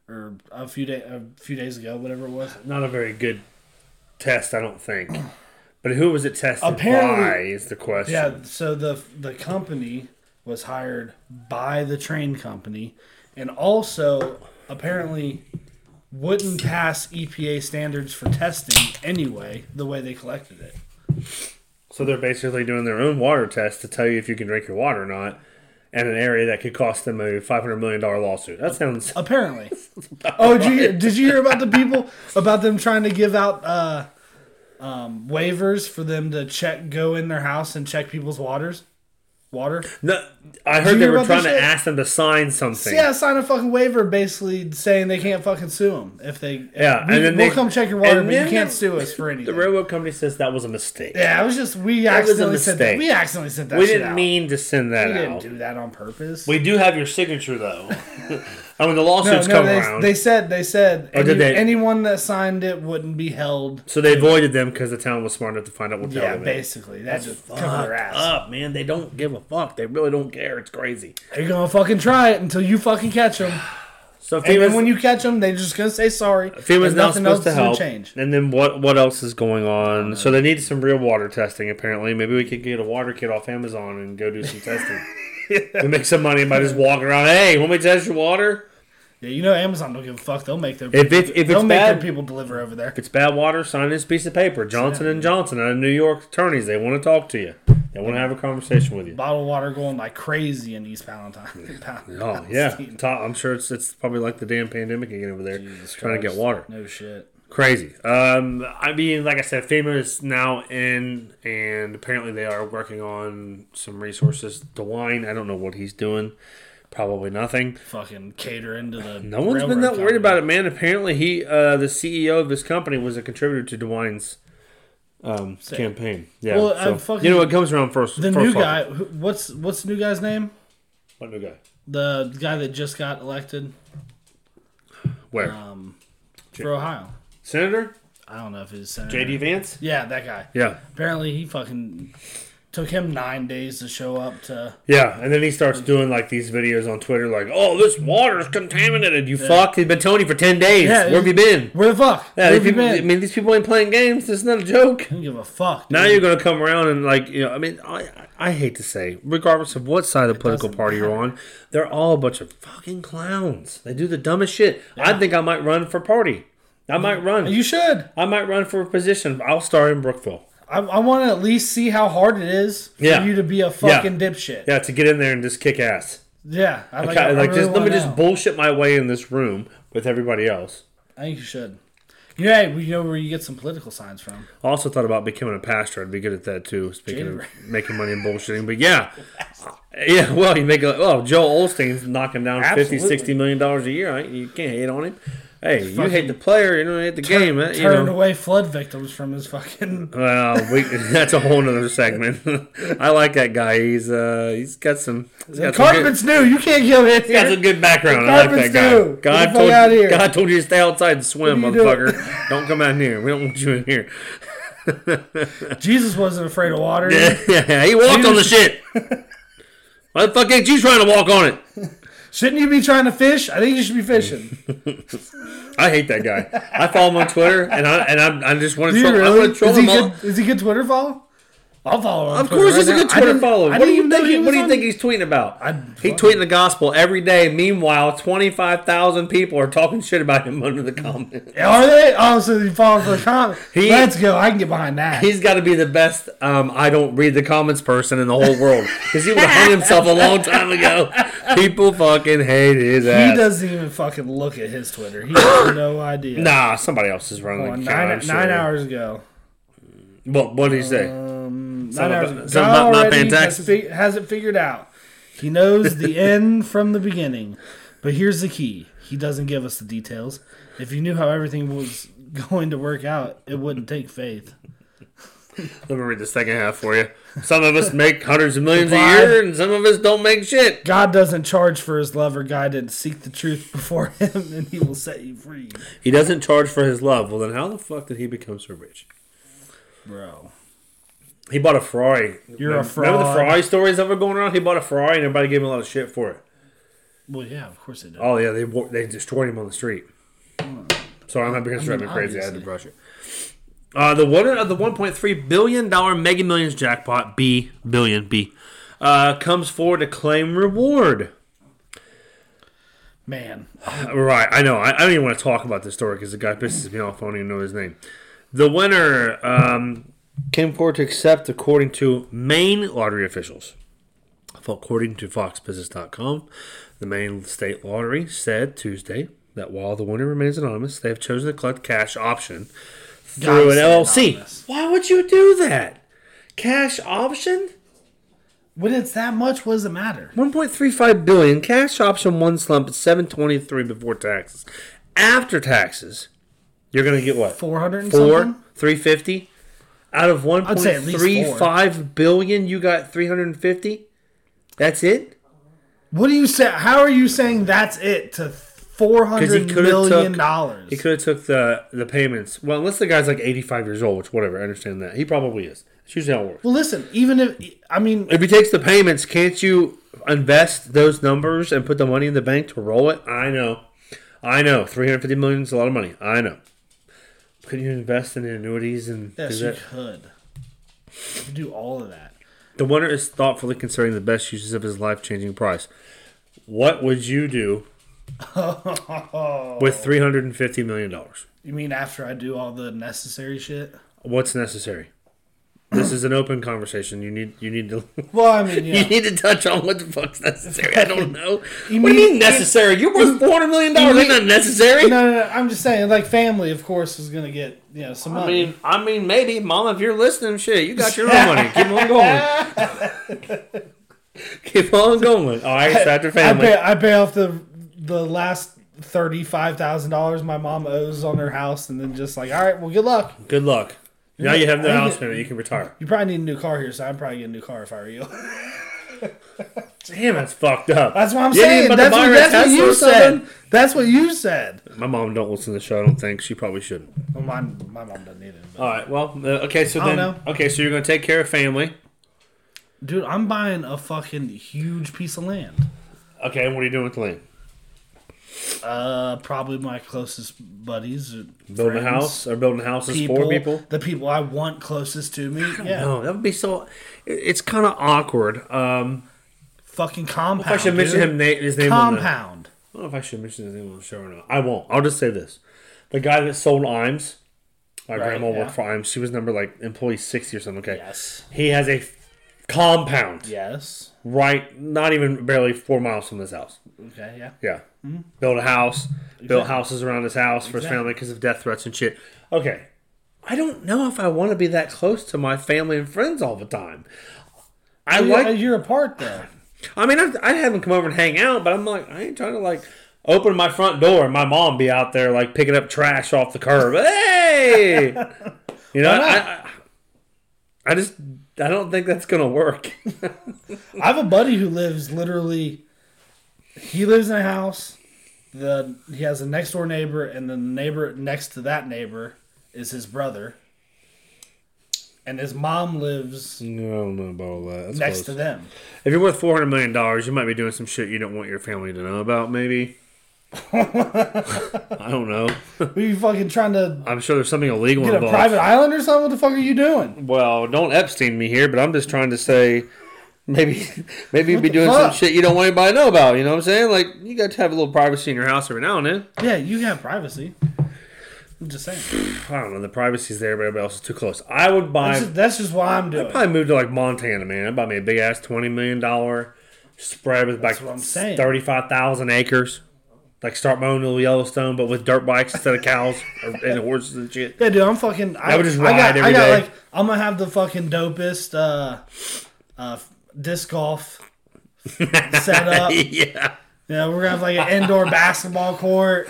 S2: or a few day a few days ago, whatever it was.
S3: Not a very good test, I don't think. But who was it tested
S2: Apparently-
S3: by is the question.
S2: Yeah, so the the company was hired by the train company, and also apparently wouldn't pass EPA standards for testing anyway. The way they collected it,
S3: So they're basically doing their own water test to tell you if you can drink your water or not, in an area that could cost them a five hundred million dollar lawsuit. That sounds
S2: Uh, apparently. oh, did you hear, did you hear about the people about them trying to give out uh, um, waivers for them to check go in their house and check people's waters, water?
S3: no. I
S2: Did
S3: heard
S2: you
S3: they
S2: hear
S3: were
S2: about this
S3: trying to
S2: shit?
S3: ask them to sign something.
S2: Yeah, sign a fucking waiver, basically saying they can't fucking sue them if they.
S3: Yeah,
S2: we,
S3: and then
S2: we'll
S3: they-
S2: come check your water,
S3: and
S2: but you
S3: then
S2: can't
S3: the-
S2: sue us for anything.
S3: The railroad company says that was a mistake.
S2: yeah, it was just we
S3: was a
S2: accidentally sent that.
S3: mistake.
S2: We accidentally sent that.
S3: we
S2: shit
S3: didn't
S2: out.
S3: mean to send that
S2: We didn't
S3: out.
S2: do that on purpose.
S3: we do have your
S2: [LAUGHS]
S3: signature though. I mean, the
S2: no,
S3: lawsuits
S2: no,
S3: come
S2: they,
S3: around,
S2: they said they said
S3: Oh, did
S2: any-
S3: they?
S2: anyone that signed it wouldn't be held.
S3: so they avoided them because the town was smart enough to find out what the
S2: Yeah,
S3: hell they made.
S2: basically, that's just cover their ass.
S3: Up, man. They don't give a fuck. They really don't care. It's crazy.
S2: They're gonna fucking try it until you fucking catch them,
S3: So
S2: and
S3: FEMA's-
S2: then when you catch them, they're just gonna say sorry.
S3: FEMA's
S2: and
S3: now
S2: nothing
S3: supposed
S2: else
S3: to
S2: is gonna
S3: help.
S2: Change. Uh-huh.
S3: And then what? What else is going on? So they need some real water testing. Apparently, maybe we could get a water kit off Amazon and go do
S2: [LAUGHS]
S3: some testing. We make some money by just walking around. Hey, want me to test your water?
S2: Yeah, you know Amazon don't give a fuck. They'll make their
S3: If it's if
S2: they'll
S3: it's
S2: make
S3: bad,
S2: their people deliver over there.
S3: if it's bad water, sign this piece of paper. Johnson and Johnson, out of New York attorneys, they want to talk to you. They want to have a conversation
S2: [LAUGHS]
S3: with you.
S2: bottled water going like crazy in East [LAUGHS] Palatine. Pal-
S3: Oh yeah, Ta- I'm sure it's it's probably like the damn pandemic again over there, trying to get water.
S2: No shit.
S3: Crazy. Um, I mean, like I said, FEMA is now in, and apparently they are working on some resources. DeWine, I don't know what he's doing. Probably nothing.
S2: Fucking cater into the.
S3: No one's been that worried about it, man. Apparently, he, uh, the CEO of his company, was a contributor to DeWine's um, campaign. Yeah.
S2: Well,
S3: so,
S2: I fucking-
S3: you know, it comes around first.
S2: The
S3: first
S2: new
S3: off.
S2: guy. Who, what's what's the new guy's name?
S3: What new guy?
S2: The guy that just got elected.
S3: Where?
S2: Um, for Ohio.
S3: Senator
S2: I don't know if it's Senator.
S3: J.D. Vance.
S2: Yeah, that guy.
S3: Yeah,
S2: Apparently, he fucking took him nine days to show up to.
S3: yeah, and then he starts doing like these videos on Twitter, like, "Oh, this water's contaminated." You fuck, he's been Tony for ten days.
S2: Yeah,
S3: Where have you been?
S2: Where the fuck?
S3: Yeah,
S2: Where
S3: these
S2: have you
S3: people- I
S2: been?
S3: mean, these people ain't playing games. This is not a joke.
S2: I don't give a fuck.
S3: Now
S2: dude.
S3: you're gonna come around and like you know. I mean, I I hate to say, regardless of what side of the political
S2: doesn't
S3: party you're on, they're all a bunch of fucking clowns. They do the dumbest shit. I think I might run for party. I might run.
S2: You should.
S3: I might run for a position. I'll start in Brookville.
S2: I, I want to at least see how hard it is for
S3: Yeah.
S2: you to be a fucking dipshit. Yeah,
S3: Yeah, to get in there and just kick ass.
S2: I
S3: Like,
S2: like. I really
S3: like just let me
S2: wanna know.
S3: just bullshit my way in this room with everybody else.
S2: I think you should. You know, hey, we know where you get some political signs from.
S3: I also thought about becoming a pastor. I'd be good at that too. Speaking
S2: Jay- [LAUGHS]
S3: of making money and bullshitting, but yeah, yeah. Well, you make a well. Joel Olstein's knocking down fifty,
S2: Absolutely.
S3: sixty million dollars a year. Right? You can't hate on him. Hey, you
S2: fucking
S3: hate the player. You don't hate the game. eh? You
S2: Turned
S3: know.
S2: away flood victims from his
S3: [LAUGHS]
S2: fucking.
S3: Well, we, that's a whole nother segment. [LAUGHS] I like that guy. He's uh, he's got some. He's got some good-
S2: Carpet's new. You can't get him in
S3: He's got
S2: here.
S3: some good background. I like that
S2: Carpet's
S3: guy.
S2: due. Get
S3: God
S2: the fuck
S3: told
S2: outta here.
S3: God told you to stay outside and swim,
S2: What are you doing?
S3: motherfucker. Don't come out in here. We don't want you in
S2: [LAUGHS]
S3: here. [LAUGHS]
S2: Jesus wasn't afraid of water.
S3: yeah, he walked on the shit. Why the fuck ain't you trying to walk on it?
S2: Shouldn't you be trying to fish? I think you should be
S3: [LAUGHS]
S2: fishing.
S3: I hate that guy. I follow him on Twitter, and I and I, I just want
S2: Do
S3: to
S2: you
S3: troll, I
S2: really?
S3: want to
S2: Is
S3: troll
S2: he,
S3: him. All,
S2: good, is he good Twitter follow? I'll follow him.
S3: of course, he's a good Twitter follow. What do you think? he- what do you think he's tweeting about?
S2: I-
S3: he tweeting the gospel every day. Meanwhile, twenty five thousand people are talking shit about him under the comments.
S2: Are they? Oh, so he followed
S3: [LAUGHS]
S2: for the comment.
S3: He-
S2: Let's go. I can get behind that.
S3: He's got to be the best. Um, I don't read the comments person in the whole world because he would have hung himself a long time ago. People fucking hate his ass.
S2: He doesn't even fucking look at his Twitter.
S3: [COUGHS]
S2: He has no idea.
S3: Nah, somebody else is running.
S2: Well,
S3: the
S2: nine,
S3: account, Oh I'm
S2: nine
S3: sure.
S2: hours Uh, ago.
S3: What What did he say?
S2: nine
S3: about-
S2: hours ago.
S3: something
S2: God
S3: about not
S2: already
S3: paying
S2: has,
S3: taxes?
S2: fi- has it figured out. He knows
S3: [LAUGHS]
S2: the end from the beginning. But here's the key. He doesn't give us the details. If you knew how everything was [LAUGHS] going to work out, it wouldn't take faith.
S3: Let me read the second half for you. Some of us make hundreds of millions a
S2: Goodbye.
S3: year, and some of us don't make shit.
S2: God doesn't charge for his love or guidance. Seek the truth before [LAUGHS] him and he will set you free.
S3: He doesn't charge for his love. Well, then how the fuck did he become so rich?
S2: Bro.
S3: He bought a Ferrari.
S2: You're a
S3: Remember the
S2: fraud.
S3: Ferrari stories that were going around? He bought a Ferrari, and everybody gave him a lot of shit for it.
S2: Well, yeah, of course it does.
S3: Oh yeah, they wa- they destroyed him on the street. Sorry, I'm not because driving me crazy. I had to
S2: obviously.
S3: brush it. Uh, the winner of the 1.3 billion dollar Mega Millions jackpot B billion B uh, comes forward to claim reward.
S2: Man.
S3: Right, I know. I, I don't even want to talk about this story because the guy pisses me off. I don't even know his name. The winner um, came forward to accept, according to Maine lottery officials. According to FoxBusiness.com, the Maine State Lottery said Tuesday that while the winner remains anonymous, they have chosen to collect cash option through an
S2: stay
S3: LLC.
S2: anonymous.
S3: Why would you do that? Cash option?
S2: When it's that much, what does it matter?
S3: 1.35 billion cash option one slump at 723 before taxes after taxes you're gonna get what
S2: 400 and
S3: four
S2: something?
S3: 350 out of
S2: say at least
S3: 1.35 billion you got 350 that's it
S2: What do you say? How are you saying that's it to four hundred
S3: could've
S2: million
S3: took-
S2: dollars?
S3: he could have took the the payments well unless the guy's like 85 years old which whatever i understand that he probably is that's usually how it works
S2: Well, listen. Even if I mean,
S3: if he takes the payments, can't you invest those numbers and put the money in the bank to roll it? I know, I know. Three hundred fifty million is a lot of money. I know. Could you invest in annuities and
S2: yes,
S3: do
S2: you
S3: that?
S2: could. You could do all of that. [LAUGHS]
S3: The winner is thoughtfully considering the best uses of his life-changing prize. What would you do with three hundred and fifty million dollars?
S2: You mean after I do all the necessary shit?
S3: What's necessary? This is an open conversation. You need you need to [LAUGHS]
S2: Well, I mean,
S3: you
S2: yeah.
S3: need to touch on what the fuck's necessary. I don't know.
S2: [LAUGHS] You
S3: what do you
S2: mean-
S3: mean necessary?
S2: [LAUGHS]
S3: You're worth four hundred million dollars. Ain't not necessary.
S2: no, no, no, I'm just saying. Like family, of course, is gonna get you know some
S3: I
S2: money.
S3: mean, I mean, maybe, Mom, if you're listening, shit, you got your own
S2: [LAUGHS]
S3: money. Keep on going. Keep on going. All right, it's after
S2: I
S3: family.
S2: pay, I pay off the the last thirty five thousand dollars my mom owes on her house, and then just like, all right, well, good luck.
S3: Good luck. Now you have the
S2: I
S3: house
S2: get-
S3: payment. You can retire.
S2: You probably need a new car here, so I'd probably get a new car if I were you.
S3: Damn, that's fucked
S2: [LAUGHS]
S3: up.
S2: That's what I'm
S3: You ain't
S2: saying.
S3: about to
S2: That's
S3: buy
S2: what,
S3: her a
S2: that's what
S3: Tesla or
S2: you
S3: something?
S2: said. That's what you said.
S3: My mom don't listen to the show. I don't think she probably shouldn't.
S2: Well, my, my mom doesn't either. but-
S3: All right. Well, uh, okay. So
S2: I don't
S3: then,
S2: know.
S3: okay. So you're gonna take care of family.
S2: Dude, I'm buying a fucking huge piece of land.
S3: Okay. And what are you doing with the land?
S2: Uh, probably my closest buddies. or
S3: Building
S2: friends,
S3: a house or building houses
S2: People,
S3: for people?
S2: The people I want closest to me. Yeah.
S3: No, that would be so. it- It's kind of awkward. Um,
S2: Fucking compound.
S3: I should mention
S2: dude.
S3: him na- his name on the. I
S2: Compound.
S3: don't know if I should mention his name on the show or not. I won't. I'll just say this: the guy that sold IMS, my
S2: Right,
S3: grandma
S2: yeah.
S3: worked for IMS. She was number like employee sixty or something. Okay,
S2: Yes.
S3: he has a f- compound
S2: Yes.
S3: right, not even barely four miles from his house.
S2: Okay, yeah.
S3: Yeah.
S2: Mm-hmm.
S3: Build a house, build houses around his house for his family because of death threats and shit. Okay. I don't know if I want to be that close to my family and friends all the time. I
S2: You're,
S3: like,
S2: you're apart though.
S3: I mean, I've, I'd have them come over and hang out, but I'm like, I ain't trying to like open my front door and my mom be out there like picking up trash off
S2: [LAUGHS]
S3: the curb. Hey! you know, I, I, I just, I don't think that's going to work. [LAUGHS]
S2: I have a buddy who lives literally. He lives in a house. The he has a next door neighbor, and the neighbor next to that neighbor is his brother. And his mom lives
S3: I don't know about all that. That's
S2: next
S3: close.
S2: to them.
S3: If you're worth four hundred million dollars, you might be doing some shit you don't want your family to know about.
S2: [LAUGHS]
S3: Maybe. I don't know. [LAUGHS]
S2: We you fucking trying to
S3: I'm sure there's something illegal
S2: get a
S3: involved.
S2: private island or something? What the fuck are you doing?
S3: well, don't Epstein me here, but I'm just trying to say, maybe, [LAUGHS] maybe you'd be
S2: the
S3: doing some
S2: fuck?
S3: shit you don't want anybody to know about. You know what I'm saying? Like you got to have a little privacy in your house every now and then.
S2: Yeah, you have privacy. I'm just saying.
S3: I don't know. The privacy's there, but everybody else is too close. I would buy.
S2: That's just, that's just what I'm doing.
S3: probably move to like Montana, man. I'd buy me a big ass twenty million dollar spread with
S2: what
S3: like
S2: I'm saying.
S3: thirty five thousand acres. Like start my own little Yellowstone, but with dirt bikes instead of cows or, and horses and shit.
S2: Yeah, dude, I'm fucking. I,
S3: would just
S2: I got,
S3: ride every
S2: I got
S3: day.
S2: like I'm gonna have the fucking dopest uh, uh, disc
S3: [LAUGHS]
S2: golf set up.
S3: [LAUGHS] yeah,
S2: Yeah, we're gonna have like an indoor basketball court,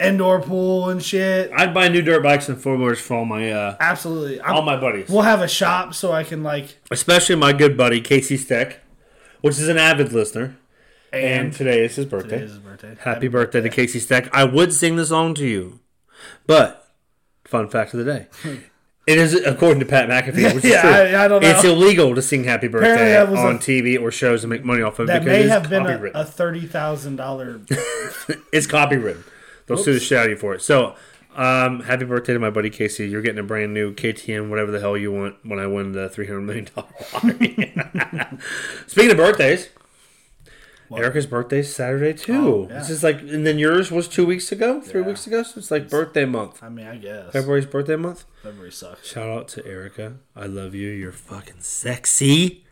S2: indoor pool and shit.
S3: I'd buy new dirt bikes and four wheelers for all my uh,
S2: Absolutely. I'm,
S3: all my buddies,
S2: we'll have a shop so I can like
S3: especially my good buddy Casey Steck, which is an avid listener, and,
S2: and,
S3: today is his birthday.
S2: It is his birthday.
S3: Happy birthday to Casey Stack. I would sing the song to you, but fun fact of the
S2: [LAUGHS]
S3: day. It is according to Pat McAfee, which
S2: Yeah,
S3: is true.
S2: I- I don't know.
S3: It's illegal to sing "Happy
S2: Apparently
S3: Birthday"
S2: that was
S3: on
S2: a-
S3: TV or shows and make money off of it
S2: That
S3: because
S2: may
S3: it's
S2: have been a,
S3: copywritten.
S2: a thirty thousand dollar.
S3: it's copywritten. They'll sue the shit out of you for it. So, um, happy birthday to my buddy Casey. You're getting a brand new KTM, whatever the hell you want, when I win the three hundred million dollar [LAUGHS] lottery. Speaking of birthdays, Erica's birthday's Saturday too.
S2: Oh, yeah.
S3: It's just like, and then yours was two weeks ago, three
S2: Yeah.
S3: weeks ago. So it's like birthday month.
S2: I mean, I guess
S3: February's birthday month.
S2: February sucks.
S3: Shout out to Erica. I love you. You're fucking sexy.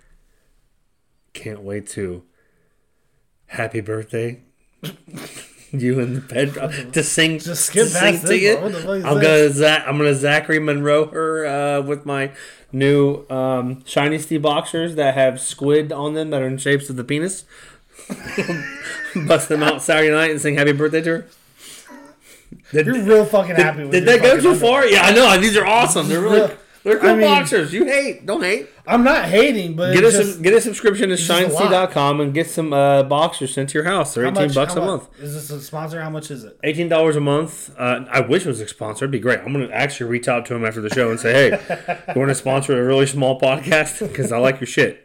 S3: Can't wait to. Happy birthday. [LAUGHS] you and the Pedro to sing.
S2: Just skip
S3: to
S2: past
S3: sing
S2: this,
S3: to
S2: bro. What the fuck is
S3: I'm gonna
S2: this?
S3: Zach, I'm gonna Zachary Monroe her uh, with my new um, shiny steel boxers that have squid on them that are in shapes of the penis. [LAUGHS] Bust them out Saturday night and sing happy birthday to her. Did-
S2: You're real fucking happy with
S3: did
S2: your
S3: that go
S2: fucking
S3: too
S2: underwear.
S3: far? Yeah, I know. These are awesome. They're really
S2: Yeah.
S3: they're cool
S2: I mean-
S3: boxers. You hate, don't hate.
S2: I'm not hating, but
S3: Get
S2: it's
S3: a
S2: just,
S3: sub- get a subscription to
S2: just a lot.
S3: shinesea.com and get some uh, boxers sent to your house. They're
S2: how
S3: eighteen
S2: much-
S3: bucks
S2: how
S3: a
S2: mu-
S3: month.
S2: Is this a sponsor? How much is it?
S3: Eighteen dollars a month. Uh, I wish it was a sponsor. It'd be great. I'm gonna actually reach out to him after the show and say, "Hey, you want to sponsor a really small podcast? [LAUGHS] Because I like your shit.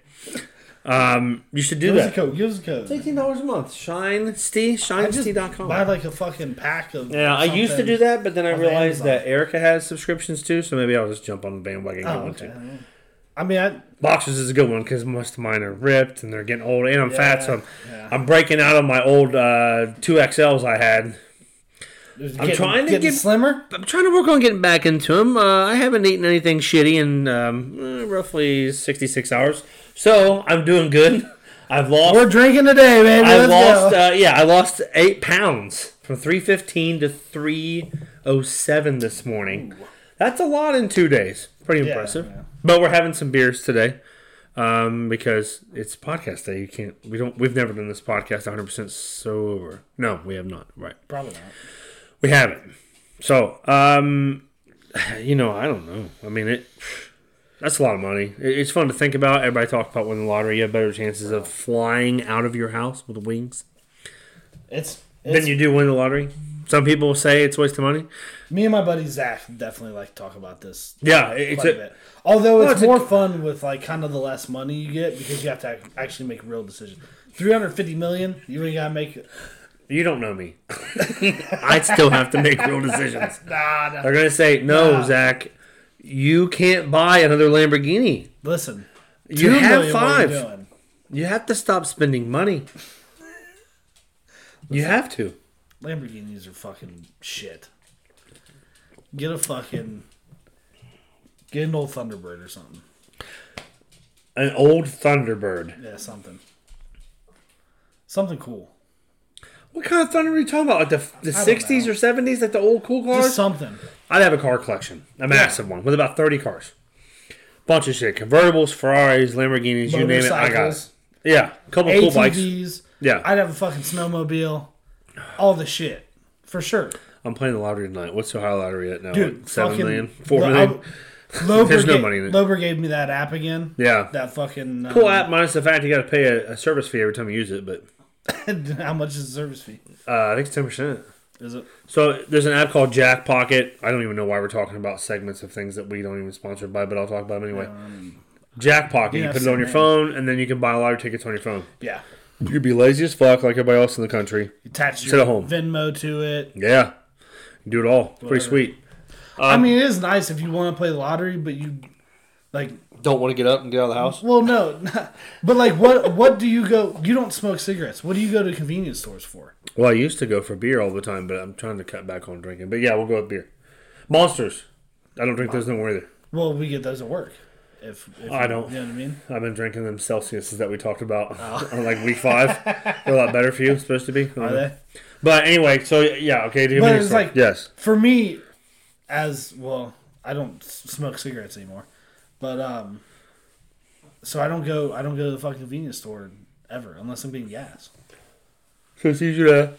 S3: Um, you should do
S2: Give us a
S3: that.
S2: code. Give us a code.
S3: Eighteen dollars a month. Shine Stee.
S2: I just
S3: ShineStee.com.
S2: buy like a fucking pack of.
S3: Yeah, I used to
S2: something.
S3: do that, but then I
S2: on
S3: realized
S2: Amazon.
S3: that Erica has subscriptions too, so maybe I'll just jump on the bandwagon. and get
S2: Oh,
S3: one
S2: okay.
S3: too.
S2: I mean, I,
S3: Boxers is a good one because most of mine are ripped and they're getting old, and I'm fat, so I'm,
S2: yeah.
S3: I'm breaking out of my old uh, two XLs I had.
S2: I'm
S3: trying to
S2: getting
S3: get-
S2: slimmer.
S3: I'm trying to work on getting back into them. Uh, I haven't eaten anything shitty in um, eh, roughly 66 hours, so I'm doing good. [LAUGHS] I've lost.
S2: We're drinking today, [LAUGHS] baby.
S3: I
S2: Let's
S3: lost.
S2: go.
S3: Uh, yeah, I lost eight pounds from 315 to 307 this morning. That's a lot in two days. Pretty
S2: Yeah,
S3: impressive.
S2: yeah.
S3: But we're having some beers today um, because it's podcast day. You can't. We don't. We've never done this podcast 100 percent sober. No, we have not. Right.
S2: Probably not.
S3: We haven't. So, um, you know, I don't know. I mean, it. That's a lot of money. It- It's fun to think about. Everybody talks about winning the lottery. You have better chances of flying out of your house with wings
S2: It's,
S3: than
S2: it's
S3: you do win the lottery. Some people say it's a waste of money.
S2: me and my buddy Zach definitely like to talk about this
S3: Yeah, it- it's
S2: quite a
S3: a,
S2: bit. Although
S3: Well,
S2: it's,
S3: it's a-
S2: more fun with like kind of the less money you get because you have to ac- actually make real decisions. Three hundred fifty million, you ain't gotta make.
S3: you don't
S2: [LAUGHS]
S3: know me. I still have to make real decisions.
S2: Nah, nah.
S3: They're gonna say no,
S2: Nah.
S3: Zach. You can't buy another Lamborghini.
S2: Listen,
S3: You
S2: two
S3: have
S2: million, what are you
S3: five.
S2: doing?
S3: You have to stop spending
S2: [LAUGHS]
S3: money. You have to.
S2: Lamborghinis are fucking shit. Get a fucking get an old Thunderbird or something.
S3: An old Thunderbird.
S2: Yeah, something. Something cool.
S3: What kind of Thunder are you talking about? Like the, the 60s or 70s? Like the old cool
S2: Just
S3: cars?
S2: something.
S3: I'd have a car collection, a massive one with about 30 cars. Bunch of shit. Convertibles, Ferraris, Lamborghinis, you name it. I got it.
S2: Motorcycles.
S3: Yeah. Couple cool bikes.
S2: ATVs.
S3: Yeah.
S2: I'd have a fucking snowmobile. All the shit. For sure.
S3: I'm playing the lottery tonight. What's the high lottery at now?
S2: Dude,
S3: Like seven
S2: fucking-
S3: million? Four
S2: Well,
S3: million?
S2: I- Lober
S3: [LAUGHS] There's no
S2: gave,
S3: money in it.
S2: Lober gave me that app again.
S3: Yeah.
S2: That fucking um,
S3: Cool app, minus the fact you got to pay a, a service fee every time you use it, but
S2: [LAUGHS] how much is the service fee?
S3: uh, I think it's 10%.
S2: Is it?
S3: So there's an app called Jack Pocket. I don't even know why we're talking about segments of things that we don't even sponsored by, but I'll talk about them anyway. Jack Pocket.
S2: Um, Yeah,
S3: you
S2: I've
S3: put it
S2: seen
S3: on your
S2: that.
S3: phone, and then you can buy lottery tickets on your phone.
S2: Yeah.
S3: You could be lazy as fuck, like everybody else in the country.
S2: Attach
S3: Sit
S2: your
S3: at home.
S2: Venmo to it.
S3: Yeah, do it all. Pretty
S2: Whatever.
S3: sweet. Um,
S2: I mean, it is nice if you want to play the lottery, but you like
S3: Don't want to get up and get out of the house.
S2: well, no, [LAUGHS] but like what what do you go? You don't smoke cigarettes. What do you go to convenience stores for?
S3: Well, I used to go for beer all the time, but I'm trying to cut back on drinking. But yeah, we'll go with beer. Monsters. I don't drink those no more either.
S2: Well, we get those at work. If, if
S3: I don't.
S2: you know what I mean.
S3: I've been drinking them Celsiuses that we talked about [LAUGHS] on like week five. They're a lot better for you, supposed to be.
S2: Are they?
S3: But anyway, so yeah, okay. Do you
S2: But
S3: have any
S2: it's
S3: story?
S2: like-
S3: yes,
S2: For me, as well, I don't s- smoke cigarettes anymore, but um, so I don't go. I don't go to the fucking convenience store ever unless I'm being gas.
S3: so it's easier to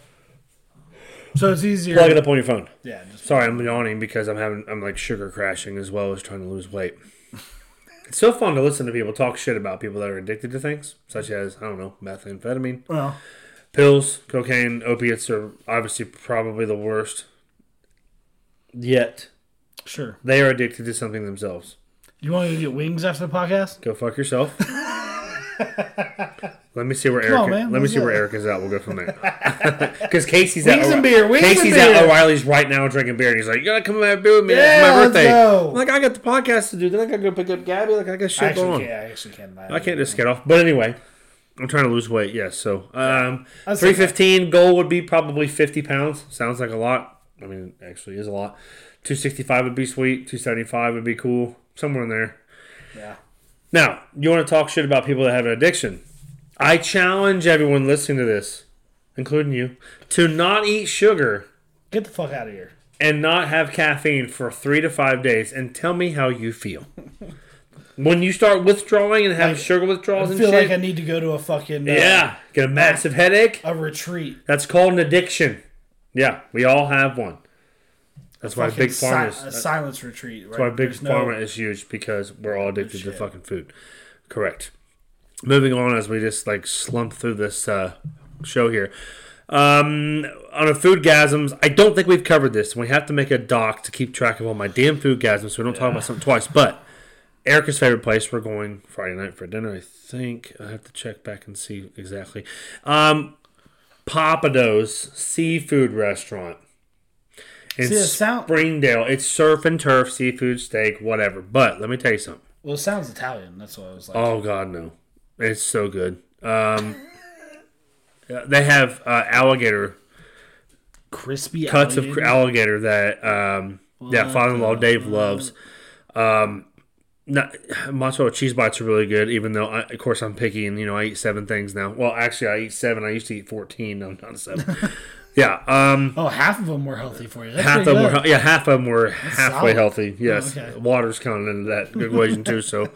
S2: So it's easier.
S3: plug it up on your phone.
S2: Yeah, just
S3: Sorry, I'm yawning because I'm having I'm like sugar crashing as well as trying to lose weight. It's so fun to listen to people talk shit about people that are addicted to things, such as I don't know methamphetamine,
S2: well,
S3: pills, cocaine, opiates are obviously probably the worst. Yet
S2: sure.
S3: they are addicted to something themselves.
S2: You want to get wings after the podcast?
S3: Go
S2: [LAUGHS]
S3: fuck yourself. let me see where
S2: Come
S3: Eric.
S2: on, man,
S3: Let me
S2: let's
S3: see where
S2: go.
S3: Erica's at. We'll go from there. [LAUGHS] Because Casey's at
S2: Wings
S3: O'Re-
S2: and beer, wings and
S3: Casey's
S2: beer.
S3: at O'Reilly's right now drinking beer, and he's like, "You gotta come have beer with me. it's
S2: Yeah,
S3: my
S2: let's
S3: birthday."
S2: go.
S3: I'm like I got the podcast to do. Then I gotta go pick up Gabby. Like I got shit
S2: I actually
S3: going on.
S2: can't. I actually can't.
S3: I can't just get off. But anyway, I'm trying to lose weight. Yes. So um,
S2: That's
S3: three fifteen goal would be probably fifty pounds. Sounds like a lot. I mean, it actually is a lot. Two sixty five would be sweet. Two seventy five would be cool. Somewhere in there.
S2: Yeah.
S3: Now, you want to talk shit about people that have an addiction. I challenge everyone listening to this, including you, to not eat sugar
S2: Get the fuck out of here.
S3: and not have caffeine for three to five days and tell me how
S2: [LAUGHS]
S3: you feel. when you start withdrawing and having sugar
S2: I
S3: withdrawals and
S2: feel
S3: shit,
S2: like I need to go to a fucking uh,
S3: yeah, get a massive headache.
S2: a retreat.
S3: That's called an addiction. Yeah, we all have one. That's why
S2: Fucking
S3: big
S2: si-
S3: farmers.
S2: a silence retreat. Right?
S3: That's why big
S2: There's no-
S3: pharma is huge because we're all addicted to fucking food. Correct. Moving on as we just like slump through this uh, show here. Um, on a food gasms, I don't think we've covered this. We have to make a doc to keep track of all my damn food gasms, so we don't talk about something twice. But Erica's favorite place. We're going Friday night for dinner. I think I have to check back and see exactly. Um, Papados seafood restaurant. In
S2: See, it sound-
S3: Springdale, it's surf and turf, seafood, steak, whatever. But let me tell you something.
S2: Well, it sounds Italian. That's what I was like.
S3: Oh God, no! It's so good. Um, [LAUGHS] they have uh, alligator
S2: Crispy
S3: cuts of
S2: alligator?
S3: cr- alligator that um, yeah, father-in-law Dave loves. Um, not, mozzarella cheese bites are really good, even though I, of course I'm picky and you know I eat seven things now. Well, actually I eat seven. I used to eat fourteen. I'm down to seven. [LAUGHS] yeah, um,
S2: Oh, half of them were healthy for you. That's
S3: half of
S2: pretty
S3: them were
S2: good.
S3: hel- yeah, half of them were halfway
S2: solid. Oh,
S3: healthy. Yes,
S2: okay.
S3: water's counted into
S2: [LAUGHS]
S3: that equation too. So,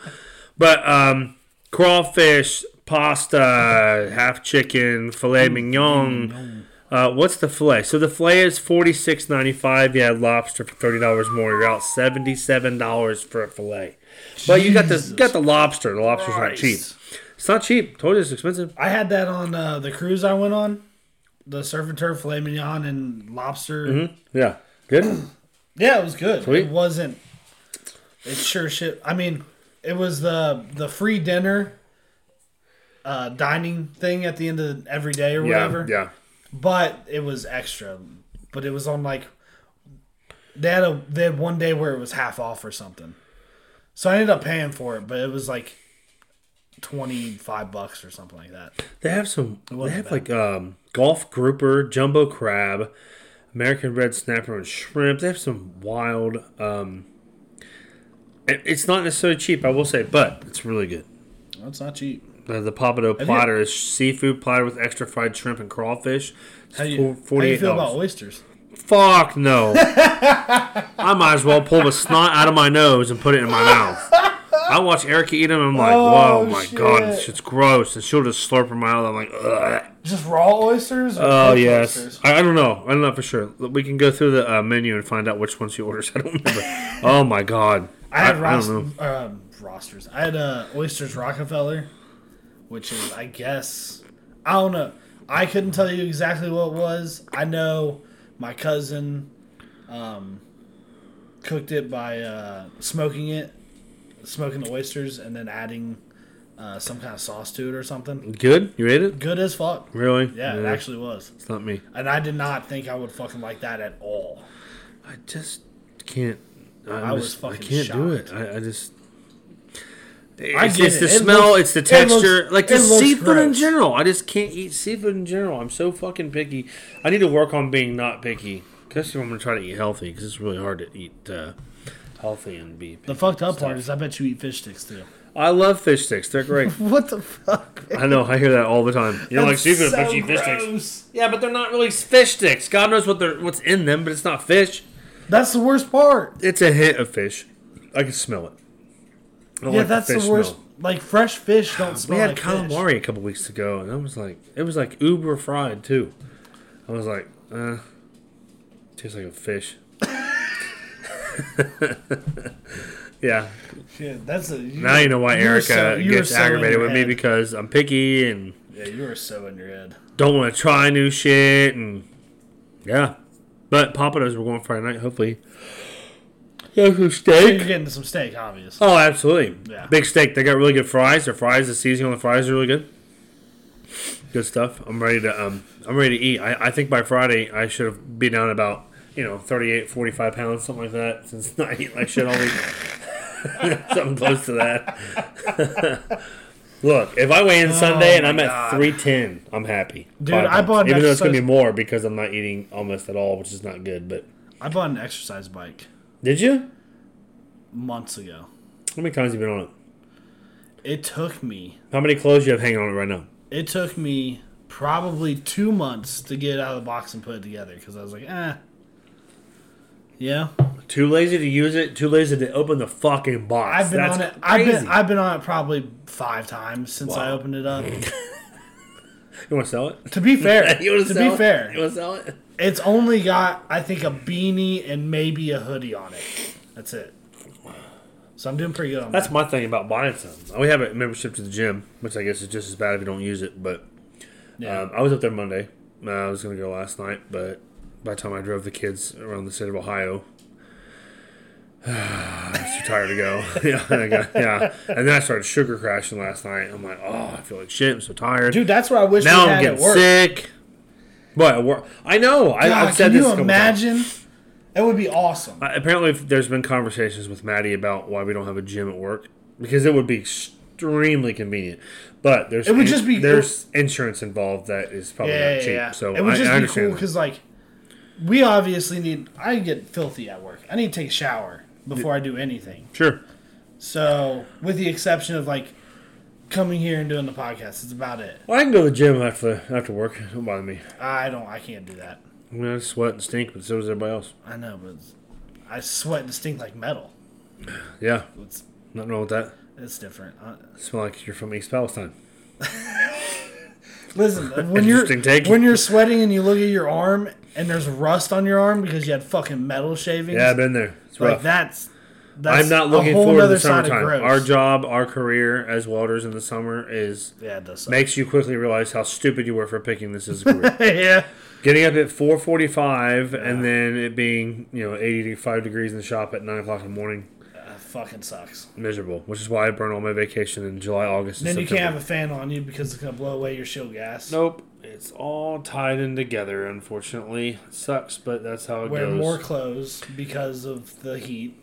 S3: but um,
S2: Mm,
S3: crawfish, pasta, half chicken, filet mignon, Uh, what's the fillet? So the fillet is forty six ninety five. You had lobster for thirty dollars more. You're out seventy seven dollars for a fillet. But you got the got the lobster. The lobster's not cheap.
S2: Christ.
S3: It's not cheap. Told you it's expensive.
S2: I had that on uh, the cruise I went on, the surf and turf filet mignon and lobster.
S3: Mm-hmm. Yeah,
S2: [CLEARS THROAT]
S3: good.
S2: Yeah, it was good.
S3: Sweet.
S2: It wasn't. It sure shit. I mean, it was the the free dinner, uh, dining thing at the end of every day or whatever.
S3: Yeah,
S2: But it was extra. But it was on like they had a they had one day where it was half off or something. So I ended up paying for it, but it was like twenty five bucks or something like that.
S3: yeah. They have some. They
S2: wasn't
S3: have
S2: bad.
S3: like um, golf grouper, jumbo crab, American red snapper, and shrimp. They have some wild. Um, it- it's not necessarily cheap, I will say, but it's really good.
S2: Well, it's not cheap.
S3: The, the Papado platter is seafood platter with extra fried shrimp and crawfish. It's
S2: How do you,
S3: four-
S2: how do you
S3: $48.
S2: feel about oysters? [LAUGHS]
S3: Fuck no. I might as well pull the snot out of my nose and put it in my mouth. I watch Erica eat them. I'm like, whoa,
S2: Oh,
S3: my god,
S2: shit.
S3: this shit's gross. And she'll just slurp her mouth. I'm like, ugh.
S2: Just raw oysters? Or
S3: Oh
S2: cooked
S3: yes,
S2: oysters?
S3: I, I don't know. I don't know for sure. We can go through the uh, menu and find out which one she orders. [LAUGHS] I don't remember. oh my god,
S2: I had
S3: I
S2: ros-
S3: don't know.
S2: um, rosters. I had uh, oysters Rockefeller, which is I guess I don't know. I couldn't tell you exactly what it was. I know my cousin um, cooked it by uh, smoking it, smoking the oysters, and then adding uh, some kind of sauce to it or something.
S3: Good, you ate it?
S2: Good as fuck.
S3: Really?
S2: Yeah, it actually was.
S3: it's not me.
S2: And I did not think I would fucking like that at all.
S3: I just can't. I,
S2: was
S3: just-
S2: fucking
S3: I can't do it.
S2: shocked.
S3: I, I just.
S2: I
S3: It's,
S2: get
S3: it's
S2: it.
S3: the
S2: It
S3: smell.
S2: looks-
S3: it's the
S2: it
S3: texture.
S2: looks-
S3: like
S2: it
S3: the
S2: looks
S3: seafood in
S2: gross.
S3: general. I just can't eat seafood in general. I'm so fucking picky. I need to work on being not picky. Especially if I'm gonna try to eat healthy, because it's really hard to eat uh, healthy and be.
S2: The fucked up part is I bet you eat fish sticks too.
S3: I love fish sticks. They're
S2: [LAUGHS]
S3: great.
S2: What the fuck?
S3: I know. I hear that all the time. You don't like seafood, but you eat fish sticks. Yeah, but they're not really fish sticks. God knows what they're what's in them, but it's not fish.
S2: That's the worst part.
S3: It's a hint of fish. I can smell it. I don't
S2: yeah,
S3: like
S2: that's the,
S3: fish
S2: worst.
S3: smell.
S2: Like fresh
S3: [SIGHS]
S2: fish don't smell.
S3: We had
S2: like
S3: calamari a couple weeks ago, and I was like, it was like uber fried too. I was like, uh, tastes like a fish. [LAUGHS] yeah,
S2: Fish. Yeah, that's a, you,
S3: now you know why
S2: you were
S3: Erica
S2: so- you were
S3: gets
S2: so in
S3: aggravated
S2: your
S3: with me
S2: head.
S3: because I'm picky and
S2: Yeah, you were so in your head. [LAUGHS]
S3: don't want to try new shit and yeah. But Papados we're going Friday night, hopefully. Yeah, some
S2: You're
S3: steak.
S2: getting some steak, obvious.
S3: Oh, absolutely.
S2: Yeah.
S3: Big steak. They got really good fries. Their fries, the seasoning on the fries are really good. Good stuff. I'm ready to um I'm ready to eat. I, I think by Friday I should have been down about, you know, 38, 45 pounds, something like that, since [LAUGHS] I eat like shit all week. [LAUGHS] something close to that. [LAUGHS] Look, if I weigh in Sunday and
S2: Oh my
S3: I'm
S2: God.
S3: at 310, I'm happy.
S2: Dude,
S3: Five
S2: I
S3: pounds.
S2: bought an
S3: Even though it's going to be
S2: exercise-
S3: more because I'm not eating almost at all, which is not good, but.
S2: I bought an exercise bike
S3: Did you?
S2: months ago.
S3: How many times have you been on it?
S2: It took me.
S3: How many clothes you have hanging on it right now?
S2: It took me probably two months to get it out of the box and put it together because I was like, eh. Yeah,
S3: Too lazy to use it. Too lazy to open the fucking box.
S2: I've been
S3: That's
S2: on it. I've been
S3: crazy.
S2: I've been on it probably five times since I
S3: Wow.
S2: opened it up.
S3: you want to sell it?
S2: to be fair,
S3: [LAUGHS] You wanna
S2: to
S3: sell
S2: be
S3: it?
S2: fair,
S3: you want to sell it?
S2: It's only got, I think, a beanie and maybe a hoodie on it. That's it. So I'm doing pretty good on
S3: That's
S2: that.
S3: my thing about buying something. We have a membership to the gym, which I guess is just as bad if you don't use it. But
S2: Yeah.
S3: um, I was up there Monday. Uh, I was gonna go last night, but by the time I drove the kids around the state of Ohio, [SIGHS] I was too tired to go. [LAUGHS] yeah, and I got, yeah. And then I started sugar crashing last night. I'm like, oh, I feel like shit. I'm so tired.
S2: Dude, that's what I wish
S3: now
S2: we
S3: I'm
S2: had
S3: getting
S2: at work.
S3: sick. But at work, I know. I,
S2: God,
S3: I've
S2: can
S3: said this. a
S2: you
S3: couple times.
S2: imagine? That would be awesome.
S3: Uh, apparently, if there's been conversations with Maddie about why we don't have a gym at work because it would be extremely convenient. But there's
S2: It would just be-
S3: there's insurance involved that is probably
S2: Yeah,
S3: not
S2: yeah,
S3: cheap.
S2: yeah.
S3: So
S2: it would
S3: I,
S2: just be cool
S3: I understand. that.
S2: because, like, we obviously need. I get filthy at work. I need to take a shower before I do anything.
S3: Sure.
S2: So, with the exception of like coming here and doing the podcast, it's about it.
S3: Well, I can go to the gym after after work. It Don't bother me.
S2: I don't. I can't do that.
S3: I mean, I sweat and stink, but so does everybody else.
S2: I know, but it's- I sweat and stink like metal.
S3: Yeah,
S2: It's
S3: nothing wrong with that.
S2: It's different. Uh,
S3: Smell like you're from East Palestine.
S2: [LAUGHS] Listen, uh, when you're
S3: Interesting take.
S2: when you're sweating and you look at your arm and there's rust on your arm because you had fucking metal shavings,
S3: Yeah, I've been there. It's rough.
S2: like that's, that's
S3: I'm not looking
S2: a whole
S3: forward to
S2: nother
S3: the
S2: side of
S3: summertime.
S2: gross.
S3: Our job, our career as welders in the summer is
S2: yeah, it does suck.
S3: makes you quickly realize how stupid you were for picking this as a career.
S2: [LAUGHS] yeah,
S3: Getting up at 4:45 and then it being you know 85 degrees in the shop at nine o'clock in the morning,
S2: that fucking sucks.
S3: miserable. Which is why I burn all my vacation in July, August, and
S2: Then you
S3: September.
S2: can't have a fan on you because it's gonna blow away your shield gas.
S3: Nope. It's all tied in together, unfortunately. sucks, but that's how it
S2: Wear
S3: goes.
S2: more clothes because of the heat.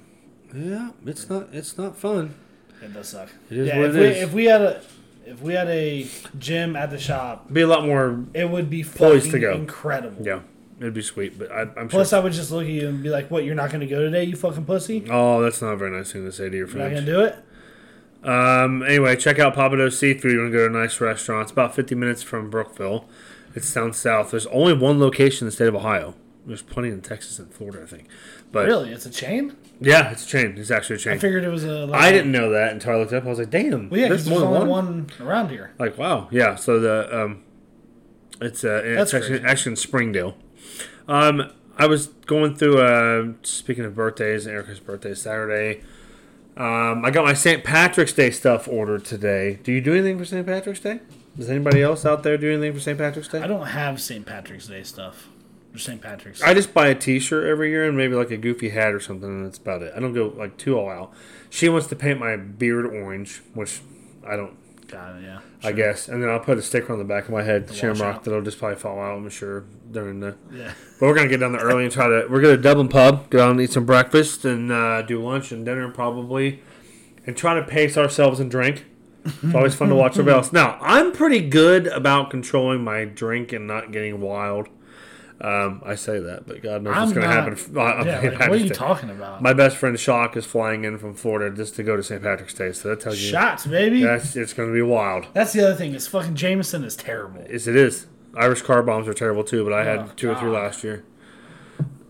S3: yeah, it's not it's not fun.
S2: It does suck.
S3: It is
S2: yeah,
S3: what
S2: if,
S3: it
S2: we,
S3: is.
S2: if we had a if we had a gym at the shop,
S3: Be a lot more
S2: it would be
S3: Poised
S2: fucking
S3: to go.
S2: incredible.
S3: yeah. It'd be sweet, but I, I'm sure.
S2: Plus, I would just look at you and be like, "What? You're not going to go today? You fucking pussy!
S3: Oh, that's not a very nice thing to say to your
S2: You're not going
S3: friends.
S2: to do it."
S3: Um, anyway, check out Papado Seafood. You want to go to a nice restaurant. It's about 50 minutes from Brookville. It's down south. There's only one location in the state of Ohio. There's plenty in Texas and Florida, I think. But
S2: Really? It's a chain?
S3: yeah, it's a chain. It's actually a
S2: I
S3: chain. I,
S2: figured it was a. Like,
S3: didn't know that until I looked it up. I was like, damn,
S2: Well, yeah, 'cause
S3: there's
S2: there's
S3: more than
S2: only
S3: one.
S2: one around here.
S3: Like, wow, yeah. So the um, it's uh,
S2: That's
S3: it's actually,
S2: crazy.
S3: actually in Springdale. Um, I was going through. Uh, speaking of birthdays, Erica's birthday is Saturday. Um, I got my St. Patrick's Day stuff ordered today. Do you do anything for St. Patrick's Day? Does anybody else out there do anything for St. Patrick's Day?
S2: I
S3: I,
S2: don't have St. Patrick's Day stuff. Or St. Patrick's.
S3: just buy a T-shirt every year and maybe like a goofy hat or something, and that's about it. I don't go like too all out. She wants to paint my beard orange, which I don't
S2: God,
S3: [LAUGHS]
S2: yeah.
S3: I guess. And then I'll put a sticker on the back of my head, shamrock,
S2: washout.
S3: that'll just probably fall out, I'm sure, during the.
S2: Yeah.
S3: But we're going to get down there early and try to. We're going to Dublin Pub, go down and eat some breakfast and uh, do lunch and dinner probably, and try to pace ourselves and drink. It's always fun to watch everybody else. Now, I'm pretty good about controlling my drink and not getting wild. Um, I say that, but God knows what's
S2: I'm
S3: going to
S2: not-
S3: happen. f- on- on [LAUGHS]
S2: yeah, like,
S3: St.
S2: what are
S3: Patrick's
S2: you
S3: Day.
S2: talking about?
S3: My best friend Shock is flying in from Florida just to go to St. Patrick's Day, so that tells you
S2: Shots, baby.
S3: that's it's going to be wild.
S2: That's the other thing. Is fucking Jameson is terrible.
S3: Yes, it is. Irish car bombs are terrible too, but I
S2: Oh,
S3: had two or three
S2: God.
S3: last year.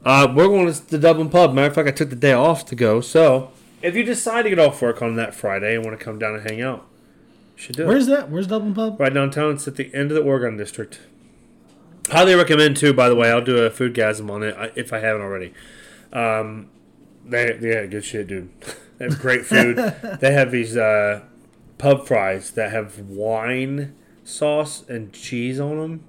S3: Uh, we're going to the Dublin Pub. Matter of fact, I took the day off to go. So if you decide to get off work on that Friday and want to come down and hang out, you should do it.
S2: Where's that? Where's Dublin Pub?
S3: Right downtown. It's at the end of the Oregon District. Highly recommend too. By the way, I'll do a food gasm on it I- if I haven't already. Um, they they had good shit, dude. [LAUGHS] they have
S2: [LAUGHS]
S3: great food. they have these uh, pub fries that have wine sauce and cheese on them.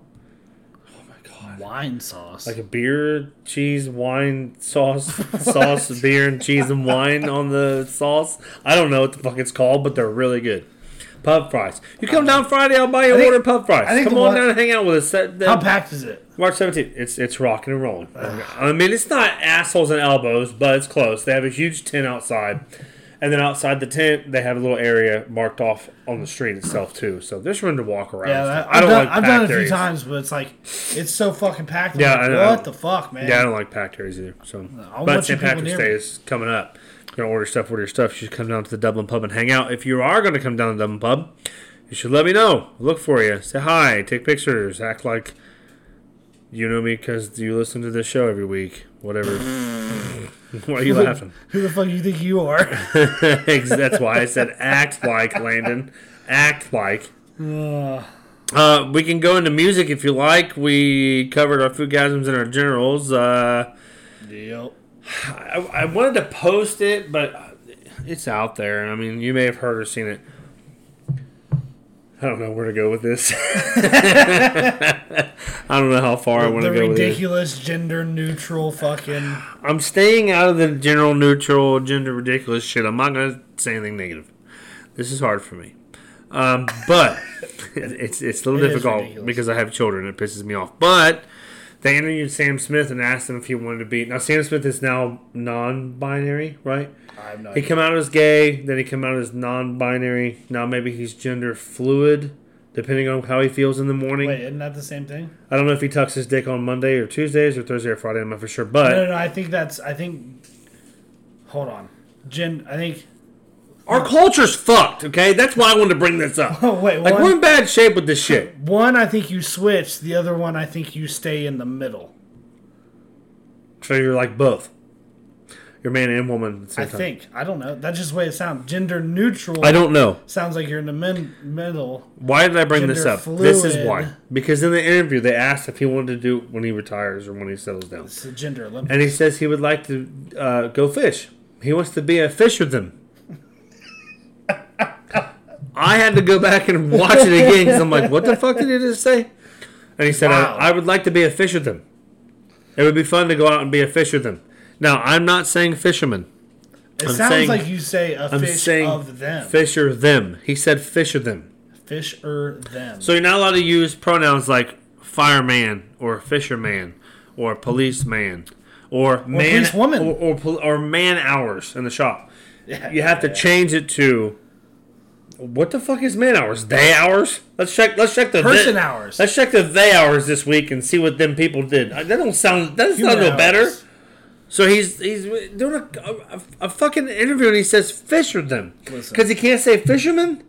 S3: Oh my god!
S2: Wine sauce.
S3: Like a beer, cheese, wine,
S2: [LAUGHS]
S3: sauce, sauce, beer, and cheese and wine on the sauce. I don't know what the fuck it's called, but they're really good. Pub fries. You come down Friday, I'll buy you
S2: I
S3: a
S2: think-
S3: order of pub fries.
S2: I think
S3: Come
S2: the
S3: on
S2: one-
S3: down and hang out with us. That- that-
S2: How packed is it?
S3: March 17th. It's it's rocking and rolling. I mean, it's not assholes and elbows, but it's close. They have a huge tent outside. And then outside the tent, they have a little area marked off on the street itself, too. So there's room to walk around.
S2: Yeah, that, I've
S3: I don't
S2: done,
S3: like
S2: I've
S3: packed
S2: done it a few
S3: areas.
S2: times, but it's like it's so fucking packed. I'm
S3: Yeah,
S2: like,
S3: I know.
S2: what the fuck, man?
S3: Yeah, I don't like packed areas either. So,
S2: I
S3: but
S2: want you
S3: St.
S2: people
S3: Patrick's
S2: near
S3: Day
S2: me.
S3: is coming up. If you're gonna order stuff, order your stuff. You should come down to the Dublin Pub and hang out. If you are gonna come down to the Dublin Pub, you should let me know. Look for you. Say hi. Take pictures. Act like you know me because you listen to this show every week. Whatever. [LAUGHS] why are
S2: [LAUGHS]
S3: you laughing?
S2: [LAUGHS] Who the fuck you think you are?
S3: [LAUGHS]
S2: [LAUGHS]
S3: That's why I said act like Landon. Act like. Uh, we can go into music if you like. We covered our foodgasms and our generals. Uh,
S2: yep.
S3: I, I wanted to post it, but it's out there. I mean, you may have heard or seen it. I don't know where to go with this. [LAUGHS] I don't know how far I want
S2: the
S3: to go with it.
S2: ridiculous gender neutral
S3: [SIGHS]
S2: fucking
S3: I'm staying out of the general neutral, gender ridiculous shit. I'm not going to say anything negative. This is hard for me. Um, but [LAUGHS] it's, it's a little
S2: It is
S3: difficult
S2: ridiculous.
S3: because I have children. It pisses me off. But they interviewed Sam Smith and asked him if he wanted to be. Now, Sam Smith is now non binary, right?
S2: I'm not
S3: He come out as gay, then he come out as non-binary. Now maybe he's gender fluid, depending on how he feels in the morning.
S2: wait, isn't that the same thing?
S3: I don't know if he tucks his dick on Monday or Tuesdays or Thursday or Friday. I'm not for sure, but
S2: No, no, no, I think that's I think hold on. Gen I think [LAUGHS]
S3: our culture's fucked. Okay, that's why I wanted to bring this up.
S2: Oh, [LAUGHS] wait,
S3: like
S2: one-
S3: we're in bad shape with this shit.
S2: one I think you switch, the other one I think you stay in the middle.
S3: So you're like both. You're man and woman at the same
S2: I
S3: time.
S2: think I don't know. That's just the way it sounds. Gender neutral.
S3: I don't know.
S2: sounds like you're in the min- middle.
S3: Why did I bring this
S2: Gender
S3: up? This is
S2: fluid.
S3: why. Because in the interview, they asked if he wanted to do it when he retires or when he settles down.
S2: It's the gender Olympics.
S3: And he says he would like to uh, go fish. He wants to be a fisherman. I had to go back and watch it again because I'm like, what the fuck did he just say? And he said,
S2: Wow.
S3: I, I would like to be a fisherman. It would be fun to go out and be a fisherman. Now, I'm not saying fisherman.
S2: It
S3: I'm
S2: sounds
S3: saying-
S2: like you say a
S3: I'm
S2: fish
S3: saying
S2: of them.
S3: fisher them. He said fisher them.
S2: Fish or them.
S3: So you're not allowed to use pronouns like fireman or fisherman or policeman or man
S2: policewoman.
S3: or, or, pol- or man hours in the shop.
S2: Yeah,
S3: You have to
S2: yeah.
S3: change it to what the fuck is man hours? They hours? Let's check. Let's check the
S2: Person
S3: they-
S2: hours.
S3: Let's check the they hours this week and see what them people did. Uh, That don't sound. That doesn't
S2: Human
S3: sound no
S2: hours.
S3: better. So he's he's doing a, a, a fucking interview and he says fisherman
S2: Listen.
S3: because he can't say fisherman.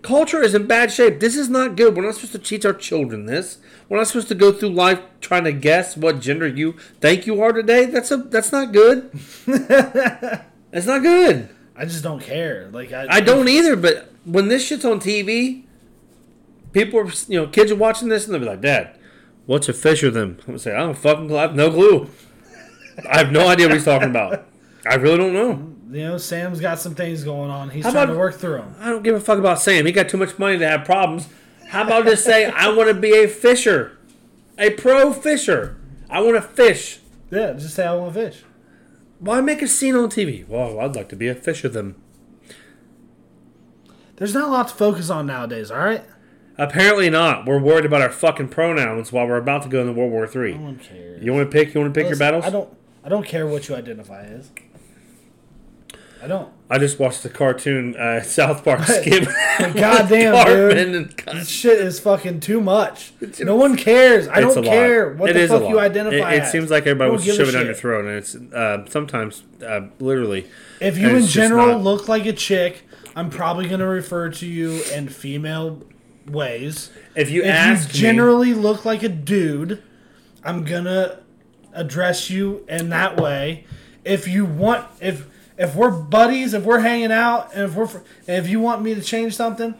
S3: Culture is in bad shape. This is not good. We're not supposed to teach our children this. We're not supposed to go through life trying to guess what gender you think you are today. That's a that's
S2: [LAUGHS]
S3: not good. that's not good.
S2: I just don't care. Like I,
S3: I don't e- either. But when this shit's on TV, people are you know kids are watching this and they'll be like, "Dad, what's a fisher?" Them I'm gonna say, "I don't fucking I have no clue. I have no idea what he's talking about. I really don't know.
S2: You know, Sam's got some things going on. He's
S3: How
S2: trying
S3: about-
S2: to work through them.
S3: I don't give a fuck about Sam. He got too much money to have problems. How about just say, "I want to be a fisher, a pro fisher. I want to fish."
S2: Yeah, just say I want fish.
S3: Why make a scene on TV? Well, I'd like to be a fisher. Them.
S2: There's not a lot to focus on nowadays. All right.
S3: Apparently not. We're worried about our fucking pronouns while we're about to go into World War Three.
S2: No one cares.
S3: You want to pick? You want to pick your
S2: Listen,
S3: battles?
S2: I don't. I don't care what you identify as. I
S3: [LAUGHS]
S2: don't.
S3: I just watched the cartoon uh, [LAUGHS] South Park skip.
S2: [LAUGHS]
S3: [LAUGHS]
S2: Goddamn,
S3: Cartman
S2: dude.
S3: and Gus.
S2: This shit is fucking too much. No one cares. I
S3: It's
S2: don't
S3: a lot.
S2: care what
S3: It
S2: the
S3: is a
S2: fuck you
S3: lot.
S2: identify
S3: It, it
S2: as.
S3: seems like
S2: I
S3: everybody
S2: don't
S3: wants to
S2: give a
S3: shove it down
S2: shit.
S3: your throat, and it's uh, sometimes uh, literally.
S2: If you
S3: and
S2: in
S3: it's just
S2: general
S3: not-
S2: look like a chick, I'm probably gonna refer to you in female ways.
S3: If you
S2: If
S3: ask
S2: you generally look like a dude, I'm gonna address you in that way. If you want, if if we're buddies, if we're hanging out, and if we're fr- and if you want me to change something,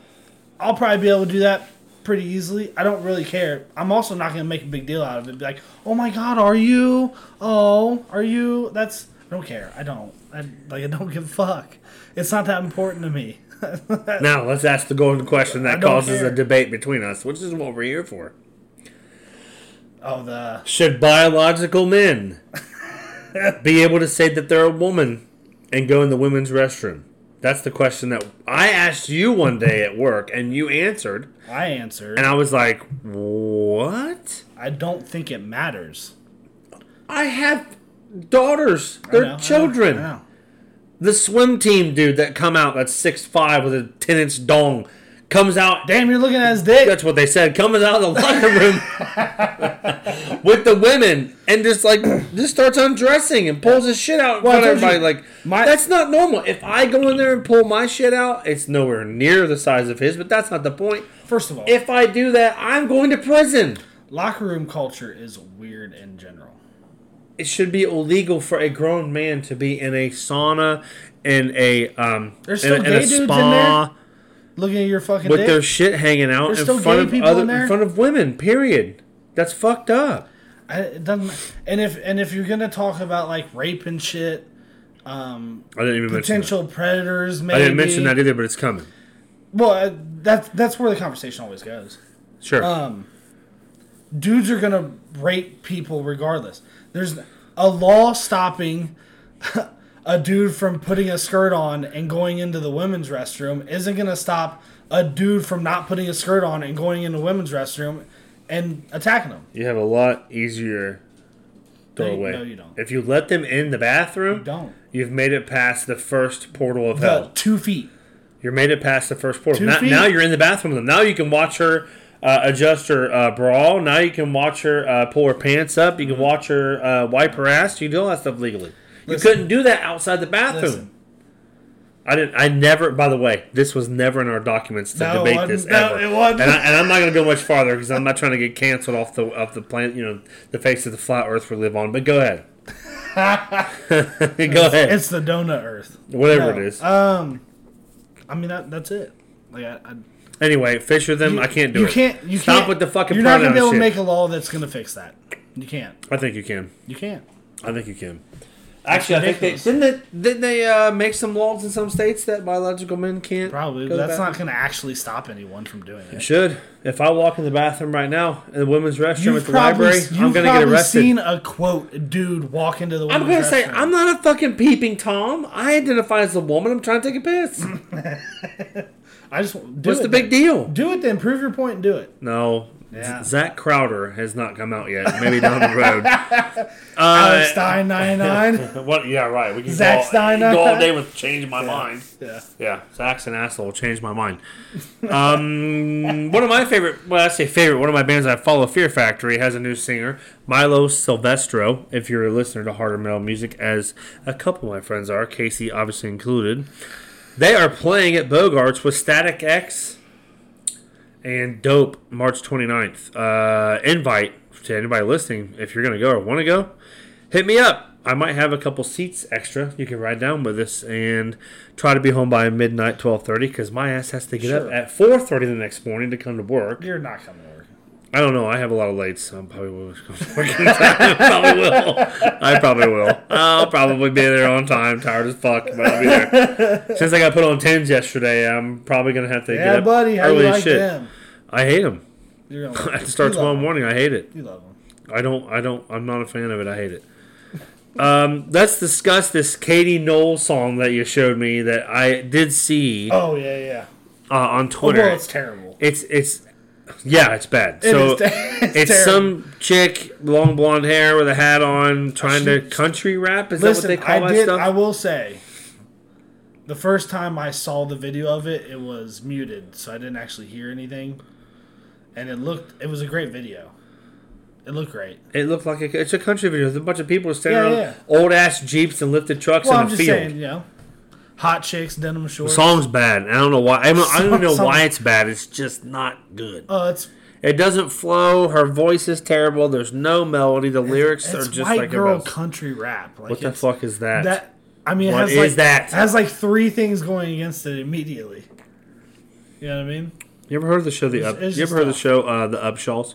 S2: I'll probably be able to do that pretty easily. I don't really care. I'm also not gonna make a big deal out of it. Be like, oh my god, are you? Oh, are you? That's I don't care. I don't. I like. I don't give a fuck. It's not that important to me. [LAUGHS]
S3: me, now let's ask the golden question
S2: I
S3: that
S2: don't
S3: causes
S2: care.
S3: a debate between us, which is what we're here for.
S2: Oh, the
S3: Should
S2: [LAUGHS]
S3: biological men be able to say that they're a woman and go in the women's restroom? That's the question that I asked you one day at work, and you answered.
S2: I answered.
S3: And I was like, what?
S2: I don't think it matters.
S3: I have daughters.
S2: I
S3: They're
S2: know, I know,
S3: children.
S2: I know.
S3: The swim team dude that come out that's six five with a 10 inch dong comes out.
S2: Damn, you're looking at his dick.
S3: That's what they said. Comes out
S2: [LAUGHS]
S3: of the locker room [LAUGHS] with the women and just like [CLEARS THROAT] just starts undressing and pulls his shit out in
S2: Well, I
S3: front of
S2: told
S3: everybody.
S2: you,
S3: like
S2: my-
S3: that's not normal. If I go in there and pull my shit out, it's nowhere near the size of his. But that's not the point.
S2: First of all,
S3: If I do that, I'm going to prison.
S2: locker room culture is weird in general.
S3: it should be illegal for a grown man to be in a sauna in a um
S2: There's still
S3: in a,
S2: gay
S3: in a
S2: dudes in
S3: spa
S2: Looking at your fucking
S3: with
S2: dick.
S3: their shit hanging out
S2: There's
S3: in
S2: still
S3: front
S2: gay
S3: of
S2: people
S3: other
S2: in there?
S3: in front of women period that's fucked up
S2: I, it doesn't. ma- And if and if you're gonna talk about like rape and shit, um,
S3: i didn't even mention
S2: potential predators,
S3: that.
S2: maybe.
S3: i didn't mention that either but it's coming
S2: Well, uh, that's that's where the conversation always goes.
S3: sure
S2: Um, dudes are gonna rape people regardless. There's a law stopping [LAUGHS] a dude from putting a skirt on and going into the women's restroom isn't gonna stop a dude from not putting a skirt on and going into women's restroom and attacking them.
S3: you have a lot easier throwaway
S2: no, you don't.
S3: if you let them in the bathroom you
S2: Don't
S3: have made it past the first portal of
S2: the
S3: hell
S2: two feet.
S3: you made it past the first portal.
S2: Two
S3: Now,
S2: feet.
S3: now you're in the bathroom with them. Now you can watch her uh, adjust her uh, bra. Now you can watch her uh, pull her pants up. You can
S2: Mm-hmm.
S3: watch her uh, wipe her ass. You can do all that stuff legally.
S2: Listen.
S3: you couldn't do that outside the bathroom.
S2: Listen,
S3: I didn't. I never. By the way, this was never in our documents to
S2: No, it
S3: debate
S2: wasn't.
S3: this
S2: No,
S3: ever.
S2: it wasn't.
S3: And, I, and I'm not going to go much farther because I'm not trying to get canceled off the off the planet. You know, the face of the flat Earth we live on. But go ahead. [LAUGHS] Go ahead.
S2: It's the donut earth.
S3: Whatever
S2: No,
S3: it is.
S2: Um, I mean that that's it. Like I, I
S3: Anyway, fish with them. I can't do
S2: you
S3: it.
S2: can't. You
S3: Stop
S2: can't,
S3: with the fucking
S2: You're not gonna
S3: pronoun
S2: be able
S3: shit.
S2: to make a law that's gonna fix that. You can't.
S3: I think you can.
S2: You can't.
S3: I think you can. Actually, I think they
S2: ridiculous.
S3: didn't. They, didn't they uh, make some laws in some states that biological men can't.
S2: Probably.
S3: go
S2: But
S3: to
S2: that's
S3: the
S2: not gonna actually stop anyone from doing
S3: bathroom?
S2: it.
S3: Should if I walk in the bathroom right now in the women's restroom
S2: You've
S3: at the
S2: probably,
S3: library,
S2: you've
S3: I'm gonna get
S2: probably
S3: arrested.
S2: seen a quote dude walk into the.
S3: I'm gonna
S2: women's
S3: say
S2: restroom.
S3: I'm not a fucking peeping tom. I identify as a woman. I'm trying to take a piss.
S2: I just do
S3: What's
S2: it
S3: the big
S2: then.
S3: deal?
S2: Do it then. Prove your point and do it.
S3: No,
S2: Yeah.
S3: Zach Crowder has not come out yet. Maybe down
S2: [LAUGHS]
S3: the road.
S2: Alex
S3: uh, [LAUGHS]
S2: Stein ninety nine.
S3: what? Yeah, right. We can
S2: Zack
S3: go, all-
S2: Steiner.
S3: go all day with change my mind.
S2: yeah.
S3: Yeah, Zach's an asshole. Changed my mind. Um, one of my favorite, well, I say favorite, one of my bands I follow, Fear Factory, has a new singer, Milo Silvestro. If you're a listener to harder metal music, as a couple of my friends are, Casey obviously included, they are playing at Bogarts with Static X and Dope March 29th. Uh, invite to anybody listening if you're going to go or want to go hit me up. I might have a couple seats extra. You can ride down with us and try to be home by midnight, twelve thirty, because my ass has to get up
S2: Sure.
S3: at four thirty the next morning to come to work.
S2: You're not coming to work.
S3: I don't know. I have a lot of late, so I'm probably will come to work
S2: [LAUGHS]
S3: on time. probably will. I probably will. I'll probably be there on time. Tired as fuck, but I'll be there. Since I got put on tens yesterday, I'm probably gonna have to get
S2: Yeah,
S3: up
S2: buddy. How do
S3: early
S2: you
S3: as
S2: like
S3: shit.
S2: them?
S3: I hate them.
S2: You're
S3: [LAUGHS]
S2: gonna
S3: I have to start
S2: You love
S3: tomorrow
S2: them.
S3: morning. I hate it.
S2: You love them.
S3: I don't. I don't. I'm not a fan of it. I hate it. Um, let's discuss this Katie Knoll song that you showed me that I did see uh,
S2: Oh yeah, yeah.
S3: on
S2: Well,
S3: Twitter.
S2: it's terrible.
S3: it's, it's yeah, it's bad. so
S2: is [LAUGHS] ter- it's
S3: it's
S2: terrible.
S3: some chick, long blonde hair with a hat on, trying to country rap. Is
S2: Listen,
S3: that what they call
S2: I
S3: that
S2: did.
S3: stuff?
S2: I will say, the first time I saw the video of it, it was muted, so I didn't actually hear anything. And it looked. It was a great video. It looked great.
S3: it looked like a, it's a country video. There's a bunch of people standing
S2: Yeah,
S3: on
S2: yeah.
S3: old ass jeeps and lifted trucks
S2: Well,
S3: in
S2: I'm
S3: the
S2: just
S3: field.
S2: saying, you know, hot chicks, denim
S3: the
S2: shorts.
S3: song's bad. I don't know why. I don't, I
S2: [LAUGHS]
S3: don't know
S2: Song-
S3: why it's bad. It's just not good.
S2: Oh, it's
S3: It doesn't flow. Her voice is terrible. There's no melody. The lyrics
S2: it's
S3: are just
S2: white
S3: like a
S2: girl
S3: roast.
S2: country rap. Like
S3: What the
S2: it's-
S3: fuck is that?
S2: That I mean, it
S3: What
S2: has
S3: is
S2: like,
S3: that?
S2: It has like three things going against it immediately. You know what I mean?
S3: You ever heard of the show The Up?
S2: it's
S3: You
S2: just
S3: ever heard of the
S2: tough.
S3: show uh, The Upshaws?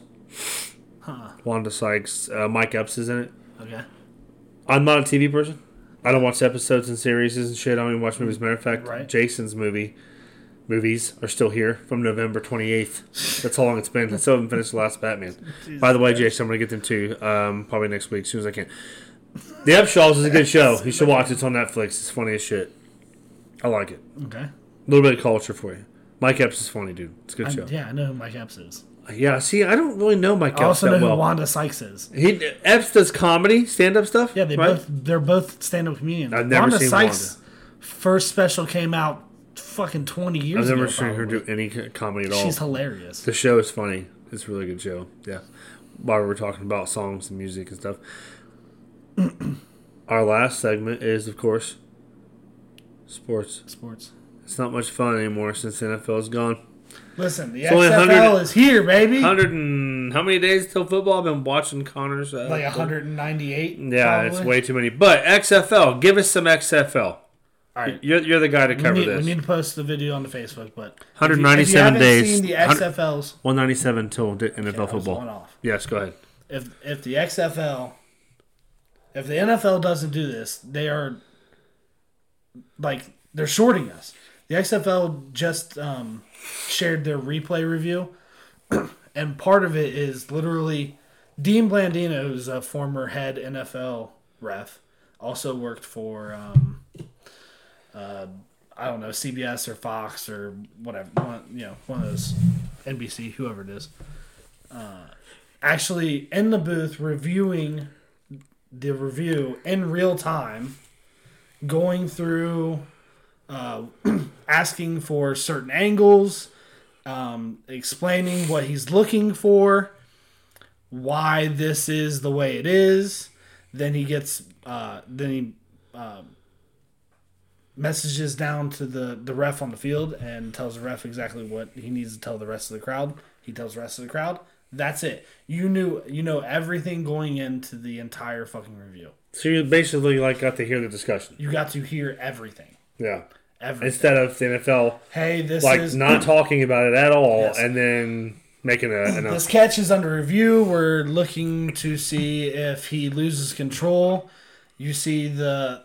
S3: Huh. Wanda Sykes, uh, Mike Epps is in it.
S2: Okay.
S3: I'm not a TV person. I don't watch episodes and series and shit. I don't even watch movies. Matter of fact,
S2: Right.
S3: Jason's movie movies are still here from November 28th. That's how long it's been. I still haven't finished the last Batman. By the way, Jason, I'm gonna get them too. Um, probably next week, as soon as I can. The Upshaws is a good show. You should watch it. It's on Netflix. It's funny as shit. I like it.
S2: Okay.
S3: A little bit of culture for you. Mike Epps is funny, dude. It's a good
S2: I,
S3: show.
S2: yeah, I know who Mike Epps is.
S3: Yeah. see, I don't really know Mike
S2: I
S3: Epps
S2: also know
S3: that
S2: who
S3: well.
S2: Wanda Sykes is.
S3: he Epps does comedy, stand up stuff.
S2: Yeah, they
S3: right?
S2: both they're both stand up comedians.
S3: I've never
S2: Wanda
S3: seen
S2: Sykes' first special came out fucking twenty years
S3: I've
S2: ago.
S3: never seen her
S2: probably.
S3: do any co- comedy at all.
S2: She's hilarious.
S3: The show is funny. It's a really good show. Yeah. While we were talking about songs and music and stuff. [CLEARS THROAT] Our last segment is, of course, sports.
S2: Sports.
S3: It's not much fun anymore since the NFL is gone.
S2: Listen, the
S3: only
S2: XFL
S3: 100
S2: is here, baby.
S3: 100 and how many days till football? I've been watching Connor's. Uh,
S2: Like 198.
S3: Yeah,
S2: probably.
S3: it's way too many. But XFL, give us some XFL.
S2: All right.
S3: You're, you're the guy to
S2: We
S3: cover
S2: need, we
S3: this.
S2: need to post the video on the Facebook, but if you- if you
S3: 197
S2: haven't
S3: days.
S2: Seen the
S3: Hundred-
S2: XFLs.
S3: 197 till d- NFL
S2: I was going
S3: football.
S2: off.
S3: Yes, go ahead.
S2: if if the XFL if the NFL doesn't do this, they are like they're shorting us. The XFL just um, shared their replay review, [CLEARS THROAT] and part of it is literally Dean Blandino, who's a former head NFL ref, also worked for um, uh, I don't know CBS or Fox or whatever, one, you know, one of those NBC, whoever it is actually in the booth reviewing the review in real time, going through, uh, [CLEARS THROAT] asking for certain angles, um, explaining what he's looking for, why this is the way it is. Then he gets, uh, then he um, messages down to the, the ref on the field and tells the ref exactly what he needs to tell the rest of the crowd. He tells the rest of the crowd. That's it. You knew you know everything going into the entire fucking review.
S3: So you basically like got to hear the discussion.
S2: You got to hear everything.
S3: Yeah.
S2: Everything.
S3: Instead of the NFL
S2: hey, this
S3: like
S2: is
S3: not talking about it at all
S2: Yes.
S3: and then making a an
S2: This catch is under review. We're looking to see if he loses control. You see the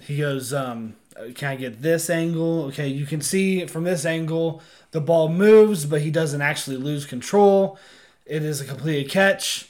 S2: he goes, um, can I get this angle? Okay, you can see from this angle the ball moves, but he doesn't actually lose control. It is a completed catch.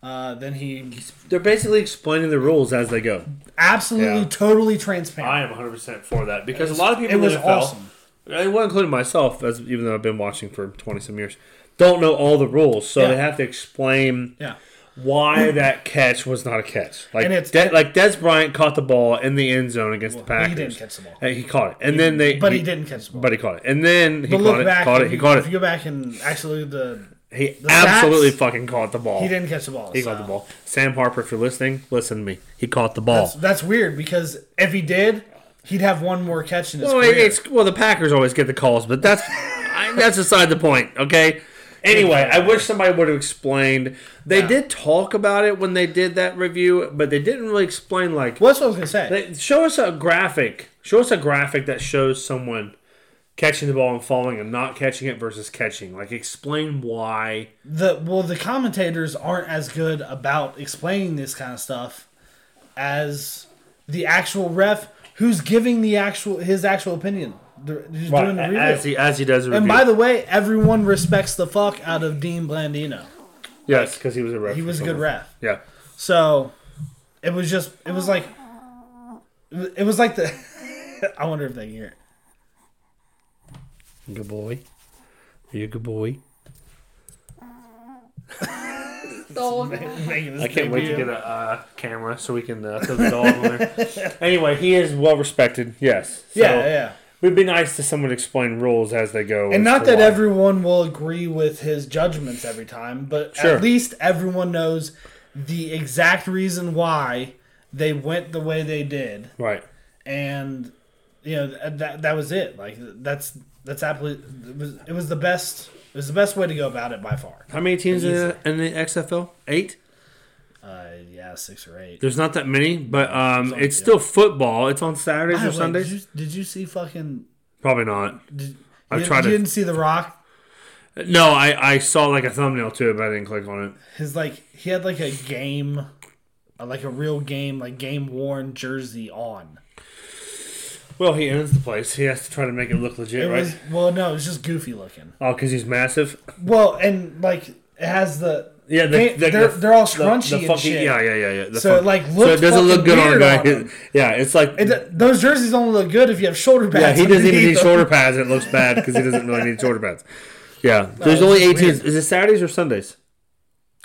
S2: Uh, then he
S3: They're basically explaining the rules as they go.
S2: absolutely,
S3: Yeah.
S2: totally transparent.
S3: I am 100% for that because a lot of people
S2: It
S3: in
S2: was
S3: the NFL,
S2: awesome.
S3: eh, well, including myself, as even though I've been watching for 20 some years, don't know all the rules. So
S2: Yeah.
S3: they have to explain
S2: Yeah.
S3: why that catch was not a catch. Like
S2: And it's-
S3: De- like Des Bryant caught the ball in the end zone against the
S2: Well,
S3: Packers.
S2: he didn't catch the ball.
S3: Eh, He caught it, and then they
S2: But he didn't catch the ball.
S3: But he caught it, and then he
S2: But
S3: caught it,
S2: look back.
S3: caught
S2: if
S3: it, he
S2: you-
S3: caught
S2: If
S3: it.
S2: you go back and actually look at the
S3: He
S2: the stats,
S3: absolutely fucking caught the ball.
S2: he didn't catch the ball.
S3: He caught
S2: so.
S3: the ball. Sam Harper, if you're listening, listen to me. He caught the ball.
S2: That's, that's weird because if he did, he'd have one more catch in his
S3: Well,
S2: career.
S3: it's well, the Packers always get the calls,
S2: [LAUGHS]
S3: but that's I, that's beside the point. Okay. Anyway, I wish somebody would have explained. They did talk about it when they did that review, but they didn't really explain. Like,
S2: well, that's what I was gonna say.
S3: they- show us a graphic. Show us a graphic that shows someone catching the ball and falling and not catching it versus catching. Like, explain why.
S2: the well, the commentators aren't as good about explaining this kind of stuff as the actual ref who's giving the actual his actual opinion. The, who's doing the review.
S3: as he as he does a review.
S2: and by the way, everyone respects the fuck out of Dean Blandino.
S3: yes, because he was a ref.
S2: He was a
S3: or
S2: good
S3: something.
S2: ref.
S3: Yeah.
S2: So it was just it was like it was like the [LAUGHS] I wonder if they can hear it.
S3: Good boy. Are you a good boy?
S2: Making this
S3: I can't wait to
S2: debut.
S3: get a uh, camera so we can [LAUGHS] uh, throw the dog on there. Anyway, he is well respected. Yes. So
S2: Yeah, yeah.
S3: It would be nice to someone explain rules as they go.
S2: And
S3: as
S2: not
S3: to
S2: that
S3: why.
S2: everyone will agree with his judgments every time, but
S3: Sure.
S2: at least everyone knows the exact reason why they went the way they did,
S3: Right.
S2: and you know th- that that was it. Like that's that's absolutely it was it was the best it was the best way to go about it by far.
S3: How many teams in the, in the XFL? Eight?
S2: Uh, yeah, six or eight.
S3: There's not that many, but um,
S2: on-
S3: it's still football. It's on Saturdays
S2: By the
S3: or
S2: way, did
S3: Sundays?
S2: you, did you see fucking?
S3: Probably not.
S2: Did,
S3: I
S2: you,
S3: tried
S2: you
S3: to-
S2: didn't see The Rock.
S3: No, I, I saw like a thumbnail to it, but I didn't click on it.
S2: His like he had like a game, uh, like a real game, like game worn jersey on.
S3: Well, he owns the place. He has to try to make it look legit,
S2: It
S3: right?
S2: was well, no, it was just goofy looking.
S3: Oh, because he's massive.
S2: Well, and like it has the
S3: Yeah, the,
S2: Can't-
S3: the-
S2: they're-
S3: the-
S2: they're all
S3: the-
S2: scrunchy
S3: the
S2: and
S3: funky-
S2: shit.
S3: Yeah, yeah, yeah, yeah. the
S2: So it,
S3: fun-
S2: like,
S3: so it
S2: looks
S3: doesn't look
S2: fucking
S3: good on a
S2: weird
S3: guy.
S2: on him.
S3: [LAUGHS] yeah, it's like
S2: it, those jerseys only look good if you have shoulder pads.
S3: yeah, he doesn't even
S2: underneath
S3: need
S2: them.
S3: shoulder pads. and It looks bad because he doesn't really need shoulder pads.
S2: [LAUGHS]
S3: Yeah, there's only
S2: it's
S3: 18.
S2: weird.
S3: Is it Saturdays or Sundays?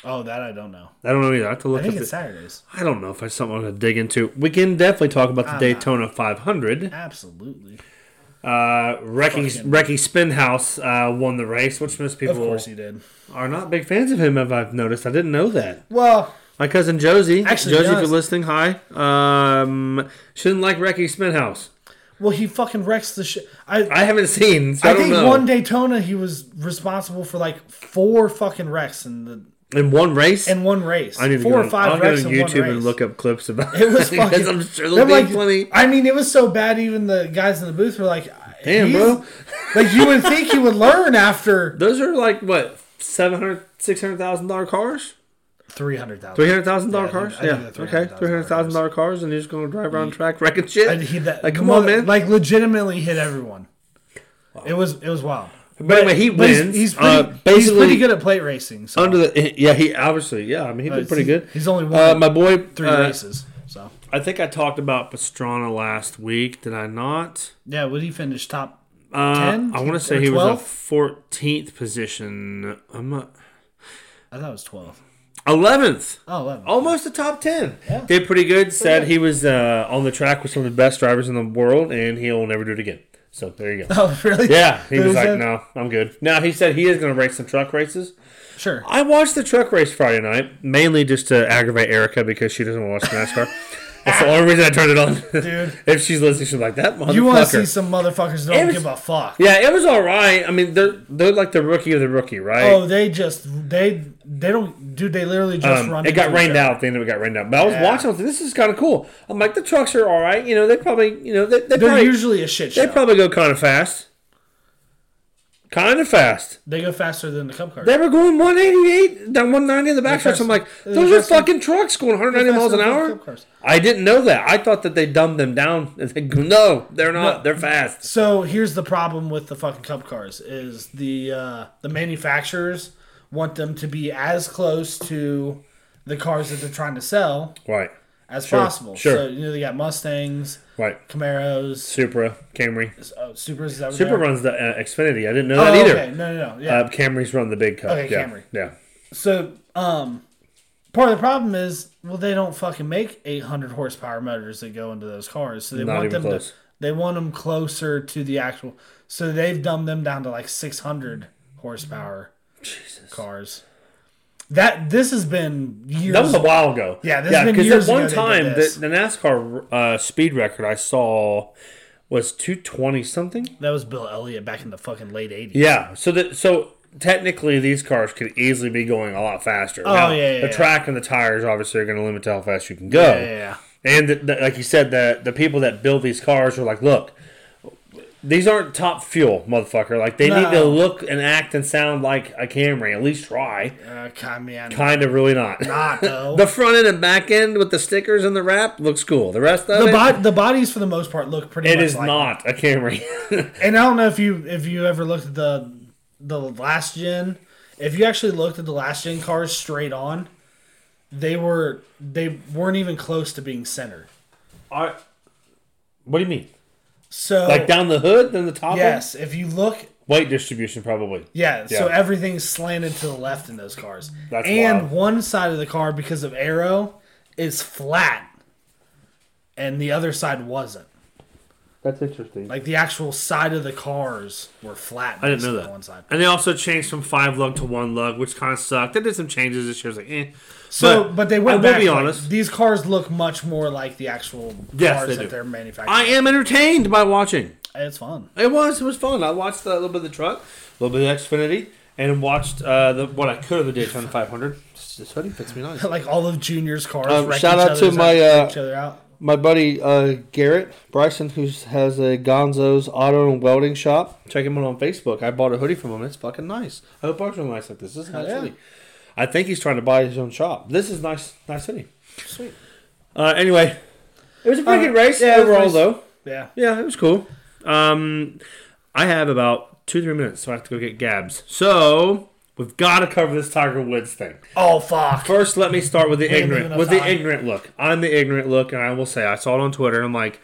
S2: Oh, that I don't know.
S3: I don't know either. I have to
S2: I
S3: look. up
S2: think it's
S3: the,
S2: Saturdays.
S3: I don't know if it's something I'm gonna dig into. We can definitely talk about the Daytona 500.
S2: Absolutely,
S3: Uh, Recky Recky Spinhouse uh, won the race, which most
S2: of
S3: people
S2: course he did.
S3: are not big fans of him. If I've noticed, I didn't know that.
S2: Well,
S3: My cousin Josie,
S2: Actually,
S3: Josie, if
S2: yes.
S3: you're listening, hi. Um, shouldn't like Recky Spinhouse.
S2: well, he fucking wrecks the shit. I I,
S3: I haven't seen, so I, don't
S2: think
S3: know.
S2: one Daytona he was responsible for like four fucking wrecks in the
S3: in one race,
S2: in one race.
S3: I need to
S2: four
S3: go
S2: or
S3: on-
S2: 5
S3: I'll go
S2: wrecks
S3: on
S2: in one
S3: YouTube
S2: race.
S3: and look up clips about
S2: [LAUGHS] It was
S3: [LAUGHS] because
S2: fucking.
S3: I'm sure
S2: they're
S3: there'll
S2: like-
S3: be plenty.
S2: I mean, it was so bad. Even the guys in the booth were like,
S3: Damn,
S2: he's-
S3: bro.
S2: Like you would think
S3: [LAUGHS]
S2: he would learn after
S3: Those are like what 700 600000 dollar cars,
S2: three hundred thousand.
S3: three hundred thousand dollar
S2: Yeah, I
S3: cars.
S2: think- I
S3: Yeah,
S2: think they're
S3: okay, three hundred thousand dollar cars, and you're just gonna drive around track wrecking shit.
S2: And Uh, he that
S3: like, come
S2: mo-
S3: on, man.
S2: Like legitimately hit everyone. It was it was wild.
S3: but anyway, he
S2: But he's-
S3: wins.
S2: He's, pretty,
S3: uh,
S2: he's
S3: basically
S2: pretty good at plate racing. So
S3: under the yeah. He obviously yeah. I mean, he did pretty
S2: he's-
S3: good.
S2: he's only won
S3: uh, my boy.
S2: three
S3: uh,
S2: races. So
S3: I think I talked about Pastrana last week. Did I not?
S2: yeah, would he finish top?
S3: Uh,
S2: 10?
S3: I want to
S2: Or
S3: say he was a
S2: 12?
S3: fourteenth position. I'm not
S2: I thought it was twelve.
S3: eleventh.
S2: Oh, 11.
S3: almost a top 10
S2: Yeah.
S3: did pretty good said he was uh, on the track with some of the best drivers in the world and he'll never do it again so there you go
S2: [LAUGHS] Oh, really?
S3: yeah he
S2: Who
S3: was
S2: is
S3: like
S2: that?
S3: no i'm good now he said he is going to race some truck races
S2: Sure.
S3: i watched the truck race friday night mainly just to aggravate erica because she doesn't watch nascar
S2: [LAUGHS]
S3: That's the only reason I turned it on.
S2: Dude.
S3: [LAUGHS] if she's listening, she's like that motherfucker.
S2: You want to see some motherfuckers that don't
S3: It was-
S2: give a fuck.
S3: yeah, it was all right. I mean, they're they're like the rookie of the rookie, right?
S2: Oh, they just they they don't dude. They literally just
S3: Um,
S2: run.
S3: it got
S2: into each
S3: rained
S2: other.
S3: out. At the end of it got rained out. But I was
S2: Yeah.
S3: watching. I was like, this is kind of cool. I'm like, the trucks are all right. You know, they probably, you know, they, they
S2: They're
S3: probably,
S2: usually a shit show.
S3: they
S2: They,
S3: probably go kind of fast. Kind of fast.
S2: go faster than the cup car.
S3: They were going 188, down 190 in the back stretch. I'm like,
S2: They're
S3: those are
S2: faster-
S3: fucking trucks going 190 miles an
S2: faster than
S3: hour.
S2: cup cars.
S3: I didn't know that. I thought that they dumbed them down. [LAUGHS] And they go, no, they're not. They're fast.
S2: So here's the problem with the fucking cup cars is the uh, the manufacturers want them to be as close to the cars that they're trying to sell
S3: Right,
S2: as
S3: Sure,
S2: possible.
S3: sure.
S2: So you know they got Mustangs,
S3: right.
S2: Camaros,
S3: Supra, Camry.
S2: oh, Supers. Is that what they
S3: Supra
S2: are?
S3: runs the uh, Xfinity. I didn't know
S2: Oh,
S3: that either.
S2: okay. No, no, no. Yeah.
S3: Uh, Camrys run the big cup.
S2: Okay,
S3: yeah.
S2: Camry.
S3: Yeah.
S2: So, um, part of the problem is, well, they don't fucking make 800 horsepower motors that go into those cars. So they
S3: Not
S2: want
S3: even
S2: them
S3: close.
S2: to, they want them closer to the actual. So they've dumbed them down to like 600 horsepower cars. That this has been years.
S3: That was a while ago.
S2: Yeah, this
S3: yeah.
S2: has been
S3: Because
S2: years
S3: at one
S2: ago they did
S3: time, the,
S2: this.
S3: the NASCAR uh, speed record I saw was two twenty something.
S2: that was Bill Elliott back in the fucking late 80s.
S3: Yeah. So that so technically these cars could easily be going a lot faster. Oh
S2: yeah, yeah,
S3: The
S2: yeah.
S3: track and the tires obviously are going to limit how fast you can go.
S2: Yeah, yeah, yeah.
S3: And the, the, like you said, the the people that build these cars are like, look. These aren't top fuel, motherfucker. Like they need to
S2: No.
S3: look and act and sound like a Camry. At least try.
S2: Uh, God, man,
S3: Kind of, really not.
S2: not though.
S3: The front end and back end with the stickers and the wrap looks cool. The rest of
S2: the,
S3: it,
S2: bo- the bodies for the most part look pretty.
S3: it
S2: much
S3: is
S2: like
S3: not a Camry. [LAUGHS]
S2: And I don't know if you if you ever looked at the the last gen. If you actually looked at the last gen cars straight on, they were they weren't even close to being centered.
S3: what do you mean?
S2: So
S3: Like down the hood, then the top?
S2: yes, if you look,
S3: End? Weight distribution probably.
S2: yeah, So
S3: Yeah.
S2: everything's slanted to the left in those cars,
S3: That's
S2: and
S3: wild.
S2: one side of the car because of arrow is flat, and the other side wasn't.
S3: That's interesting.
S2: Like the actual side of the cars were flat.
S3: I didn't know
S2: basically,
S3: that.
S2: One side.
S3: And they also changed from five lug to one lug, which kind of sucked. They did some changes this year. I was like, eh.
S2: So, but, they went
S3: I will
S2: back.
S3: be
S2: like,
S3: honest.
S2: these cars look much more like the actual
S3: Yes,
S2: cars
S3: they
S2: that
S3: do.
S2: they're manufacturing.
S3: I am entertained by watching.
S2: It's fun. [LAUGHS]
S3: It was. It was fun. I watched a little bit of the truck, a little bit of Xfinity, and watched uh, the, what I could of the Daytona 500. This hoodie fits me nice.
S2: Like all of Junior's cars.
S3: Um,
S2: wreck
S3: shout
S2: each
S3: out to
S2: other's
S3: my,
S2: out-
S3: uh,
S2: each other out.
S3: my buddy uh, Garrett Bryson, who has a Gonzo's Auto and Welding Shop. Check him out on Facebook. I bought a hoodie from him. It's fucking nice. I hope ours are nice like this. This is a nice
S2: yeah.
S3: hoodie. I think he's trying to buy his own shop. This is nice, nice hoodie.
S2: Sweet.
S3: Uh, anyway, it was a pretty
S2: Uh,
S3: good race
S2: yeah, it was
S3: overall,
S2: nice.
S3: though.
S2: Yeah.
S3: Yeah, it was cool. Um, I have about two three minutes, so I have to go get Gabs. So we've got to cover this Tiger Woods thing.
S2: Oh fuck.
S3: First, let me start with the
S2: didn't
S3: ignorant
S2: even
S3: with the
S2: assign.
S3: ignorant look. I'm the ignorant look, and I will say I saw it on Twitter. And I'm like,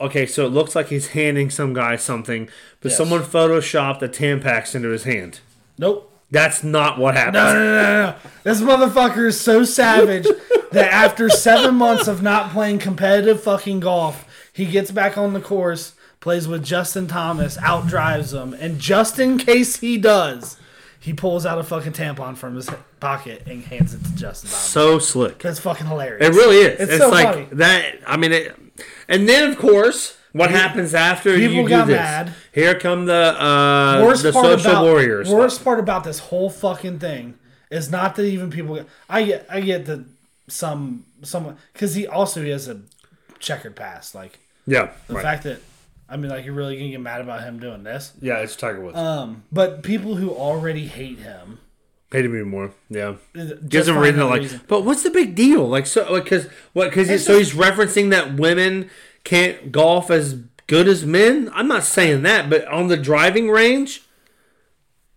S3: okay, so it looks like he's handing some guy something, but
S2: Yes.
S3: someone photoshopped a Tampax into his hand.
S2: Nope.
S3: That's not what happened.
S2: No, no, no, no, no. This motherfucker is so
S3: [LAUGHS]
S2: savage that after seven months of not playing competitive fucking golf, he gets back on the course, plays with Justin Thomas, outdrives him, and just in case he does, he pulls out a fucking tampon from his pocket and hands it to Justin Thomas.
S3: So slick.
S2: That's fucking hilarious.
S3: It really is. It's,
S2: It's so
S3: like
S2: funny.
S3: that. I mean, it, and then of course, what happens after
S2: people
S3: you do
S2: got
S3: this?
S2: mad.
S3: Here come the uh,
S2: worst
S3: the
S2: part
S3: social
S2: about,
S3: warriors.
S2: Worst part about this whole fucking thing is not that even people. I get I get that some someone because he also he has a checkered past. Like
S3: Yeah,
S2: the
S3: right.
S2: fact that I mean, like you're really gonna get mad about him doing this.
S3: yeah, it's Tiger Woods.
S2: Um, but people who already hate him
S3: Hated me more. Yeah.
S2: just
S3: gives him a
S2: find
S3: reason to
S2: another
S3: like.
S2: reason.
S3: But what's the big deal? Like so, because what? Because
S2: It's
S3: so he's referencing that women can't golf as good as men. I'm not saying that, but on the driving range,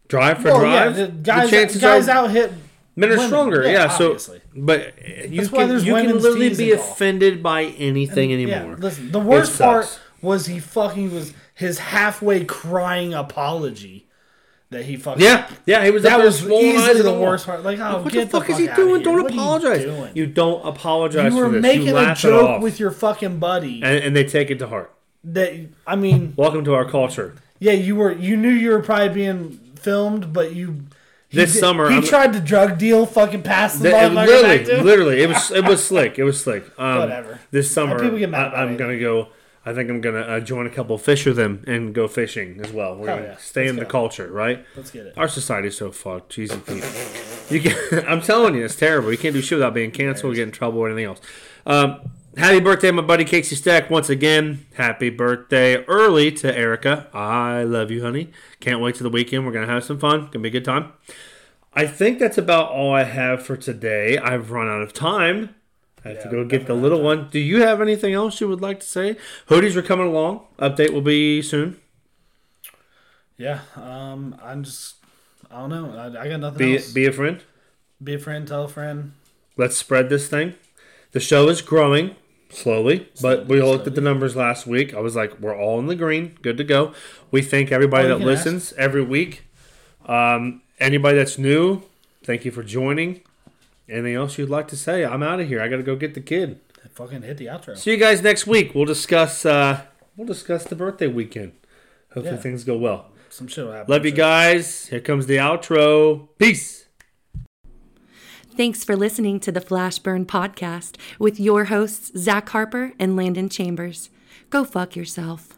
S3: drive for
S2: Well, yeah,
S3: drive,
S2: the
S3: the
S2: guys,
S3: chances
S2: guys
S3: are
S2: out hit
S3: men are
S2: women.
S3: stronger. Yeah, so
S2: obviously.
S3: but you
S2: That's why
S3: can
S2: there's
S3: you can
S2: women's
S3: literally
S2: tees
S3: be
S2: in golf.
S3: offended by anything anymore.
S2: Yeah, listen, the
S3: It
S2: worst part
S3: sucks.
S2: was he fucking was his halfway crying apology that he fucking
S3: Yeah, yeah, he was
S2: That
S3: up there
S2: was
S3: swollen
S2: easily
S3: eyes and
S2: the
S3: all.
S2: worst part. Like, oh,
S3: What
S2: get
S3: the
S2: the
S3: fuck is
S2: fuck
S3: he
S2: outta
S3: doing?
S2: here.
S3: Don't
S2: What are you
S3: apologize.
S2: doing?
S3: You don't apologize.
S2: you were
S3: for this.
S2: making
S3: you
S2: a
S3: laugh it
S2: joke
S3: off.
S2: with your fucking buddy.
S3: and, and they take it to heart.
S2: that I mean,
S3: Welcome to our culture.
S2: yeah, you were you knew you were probably being filmed, but you he
S3: this
S2: He-
S3: summer
S2: he
S3: I'm-
S2: tried to drug deal fucking past the
S3: Th- it-
S2: law.
S3: literally, literally, it was it was slick. It was slick. Um,
S2: Whatever.
S3: This summer,
S2: people get mad
S3: I,
S2: about
S3: I'm
S2: it.
S3: gonna go. I think I'm gonna uh, join a couple fish with them and go fishing as well. We're
S2: Oh,
S3: gonna
S2: yeah.
S3: stay in the
S2: go.
S3: culture, right?
S2: Let's get it.
S3: Our society's so fucked. Jesus, Pete. You can, [LAUGHS] I'm telling you, it's terrible. You can't do shit without being canceled, get in trouble, or anything else. Um, happy birthday, my buddy Casey Stack. Once again, happy birthday early to Erica. I love you, honey. Can't wait to the weekend. We're gonna have some fun. Gonna be a good time. I think that's about all I have for today. I've run out of time. I have to go get the little one. Do you have anything else you would like to say? Hoodies are coming along. Update will be soon.
S2: Yeah. Um. I'm just. I don't know. I, I got nothing
S3: Be
S2: else. Be,
S3: be a friend.
S2: a friend. Tell a friend.
S3: Let's spread this thing. The show is growing slowly, but we looked at the numbers last week. I was like, we're all in the green, good to go. We thank everybody
S2: Oh, you
S3: that
S2: can ask.
S3: listens every week. Um, anybody that's new, thank you for joining. Anything else you'd like to say? I'm out of here. I got to go get the kid.
S2: Fucking hit the outro.
S3: See you guys next week. We'll discuss. Uh, we'll discuss the birthday weekend. Hopefully
S2: Yeah.
S3: things go well.
S2: Some shit will happen.
S3: Love you
S2: So-
S3: guys. Here comes the outro. Peace.
S1: Thanks for listening to the Flashburn Podcast with your hosts, Zach Harper and Landon Chambers. Go fuck yourself.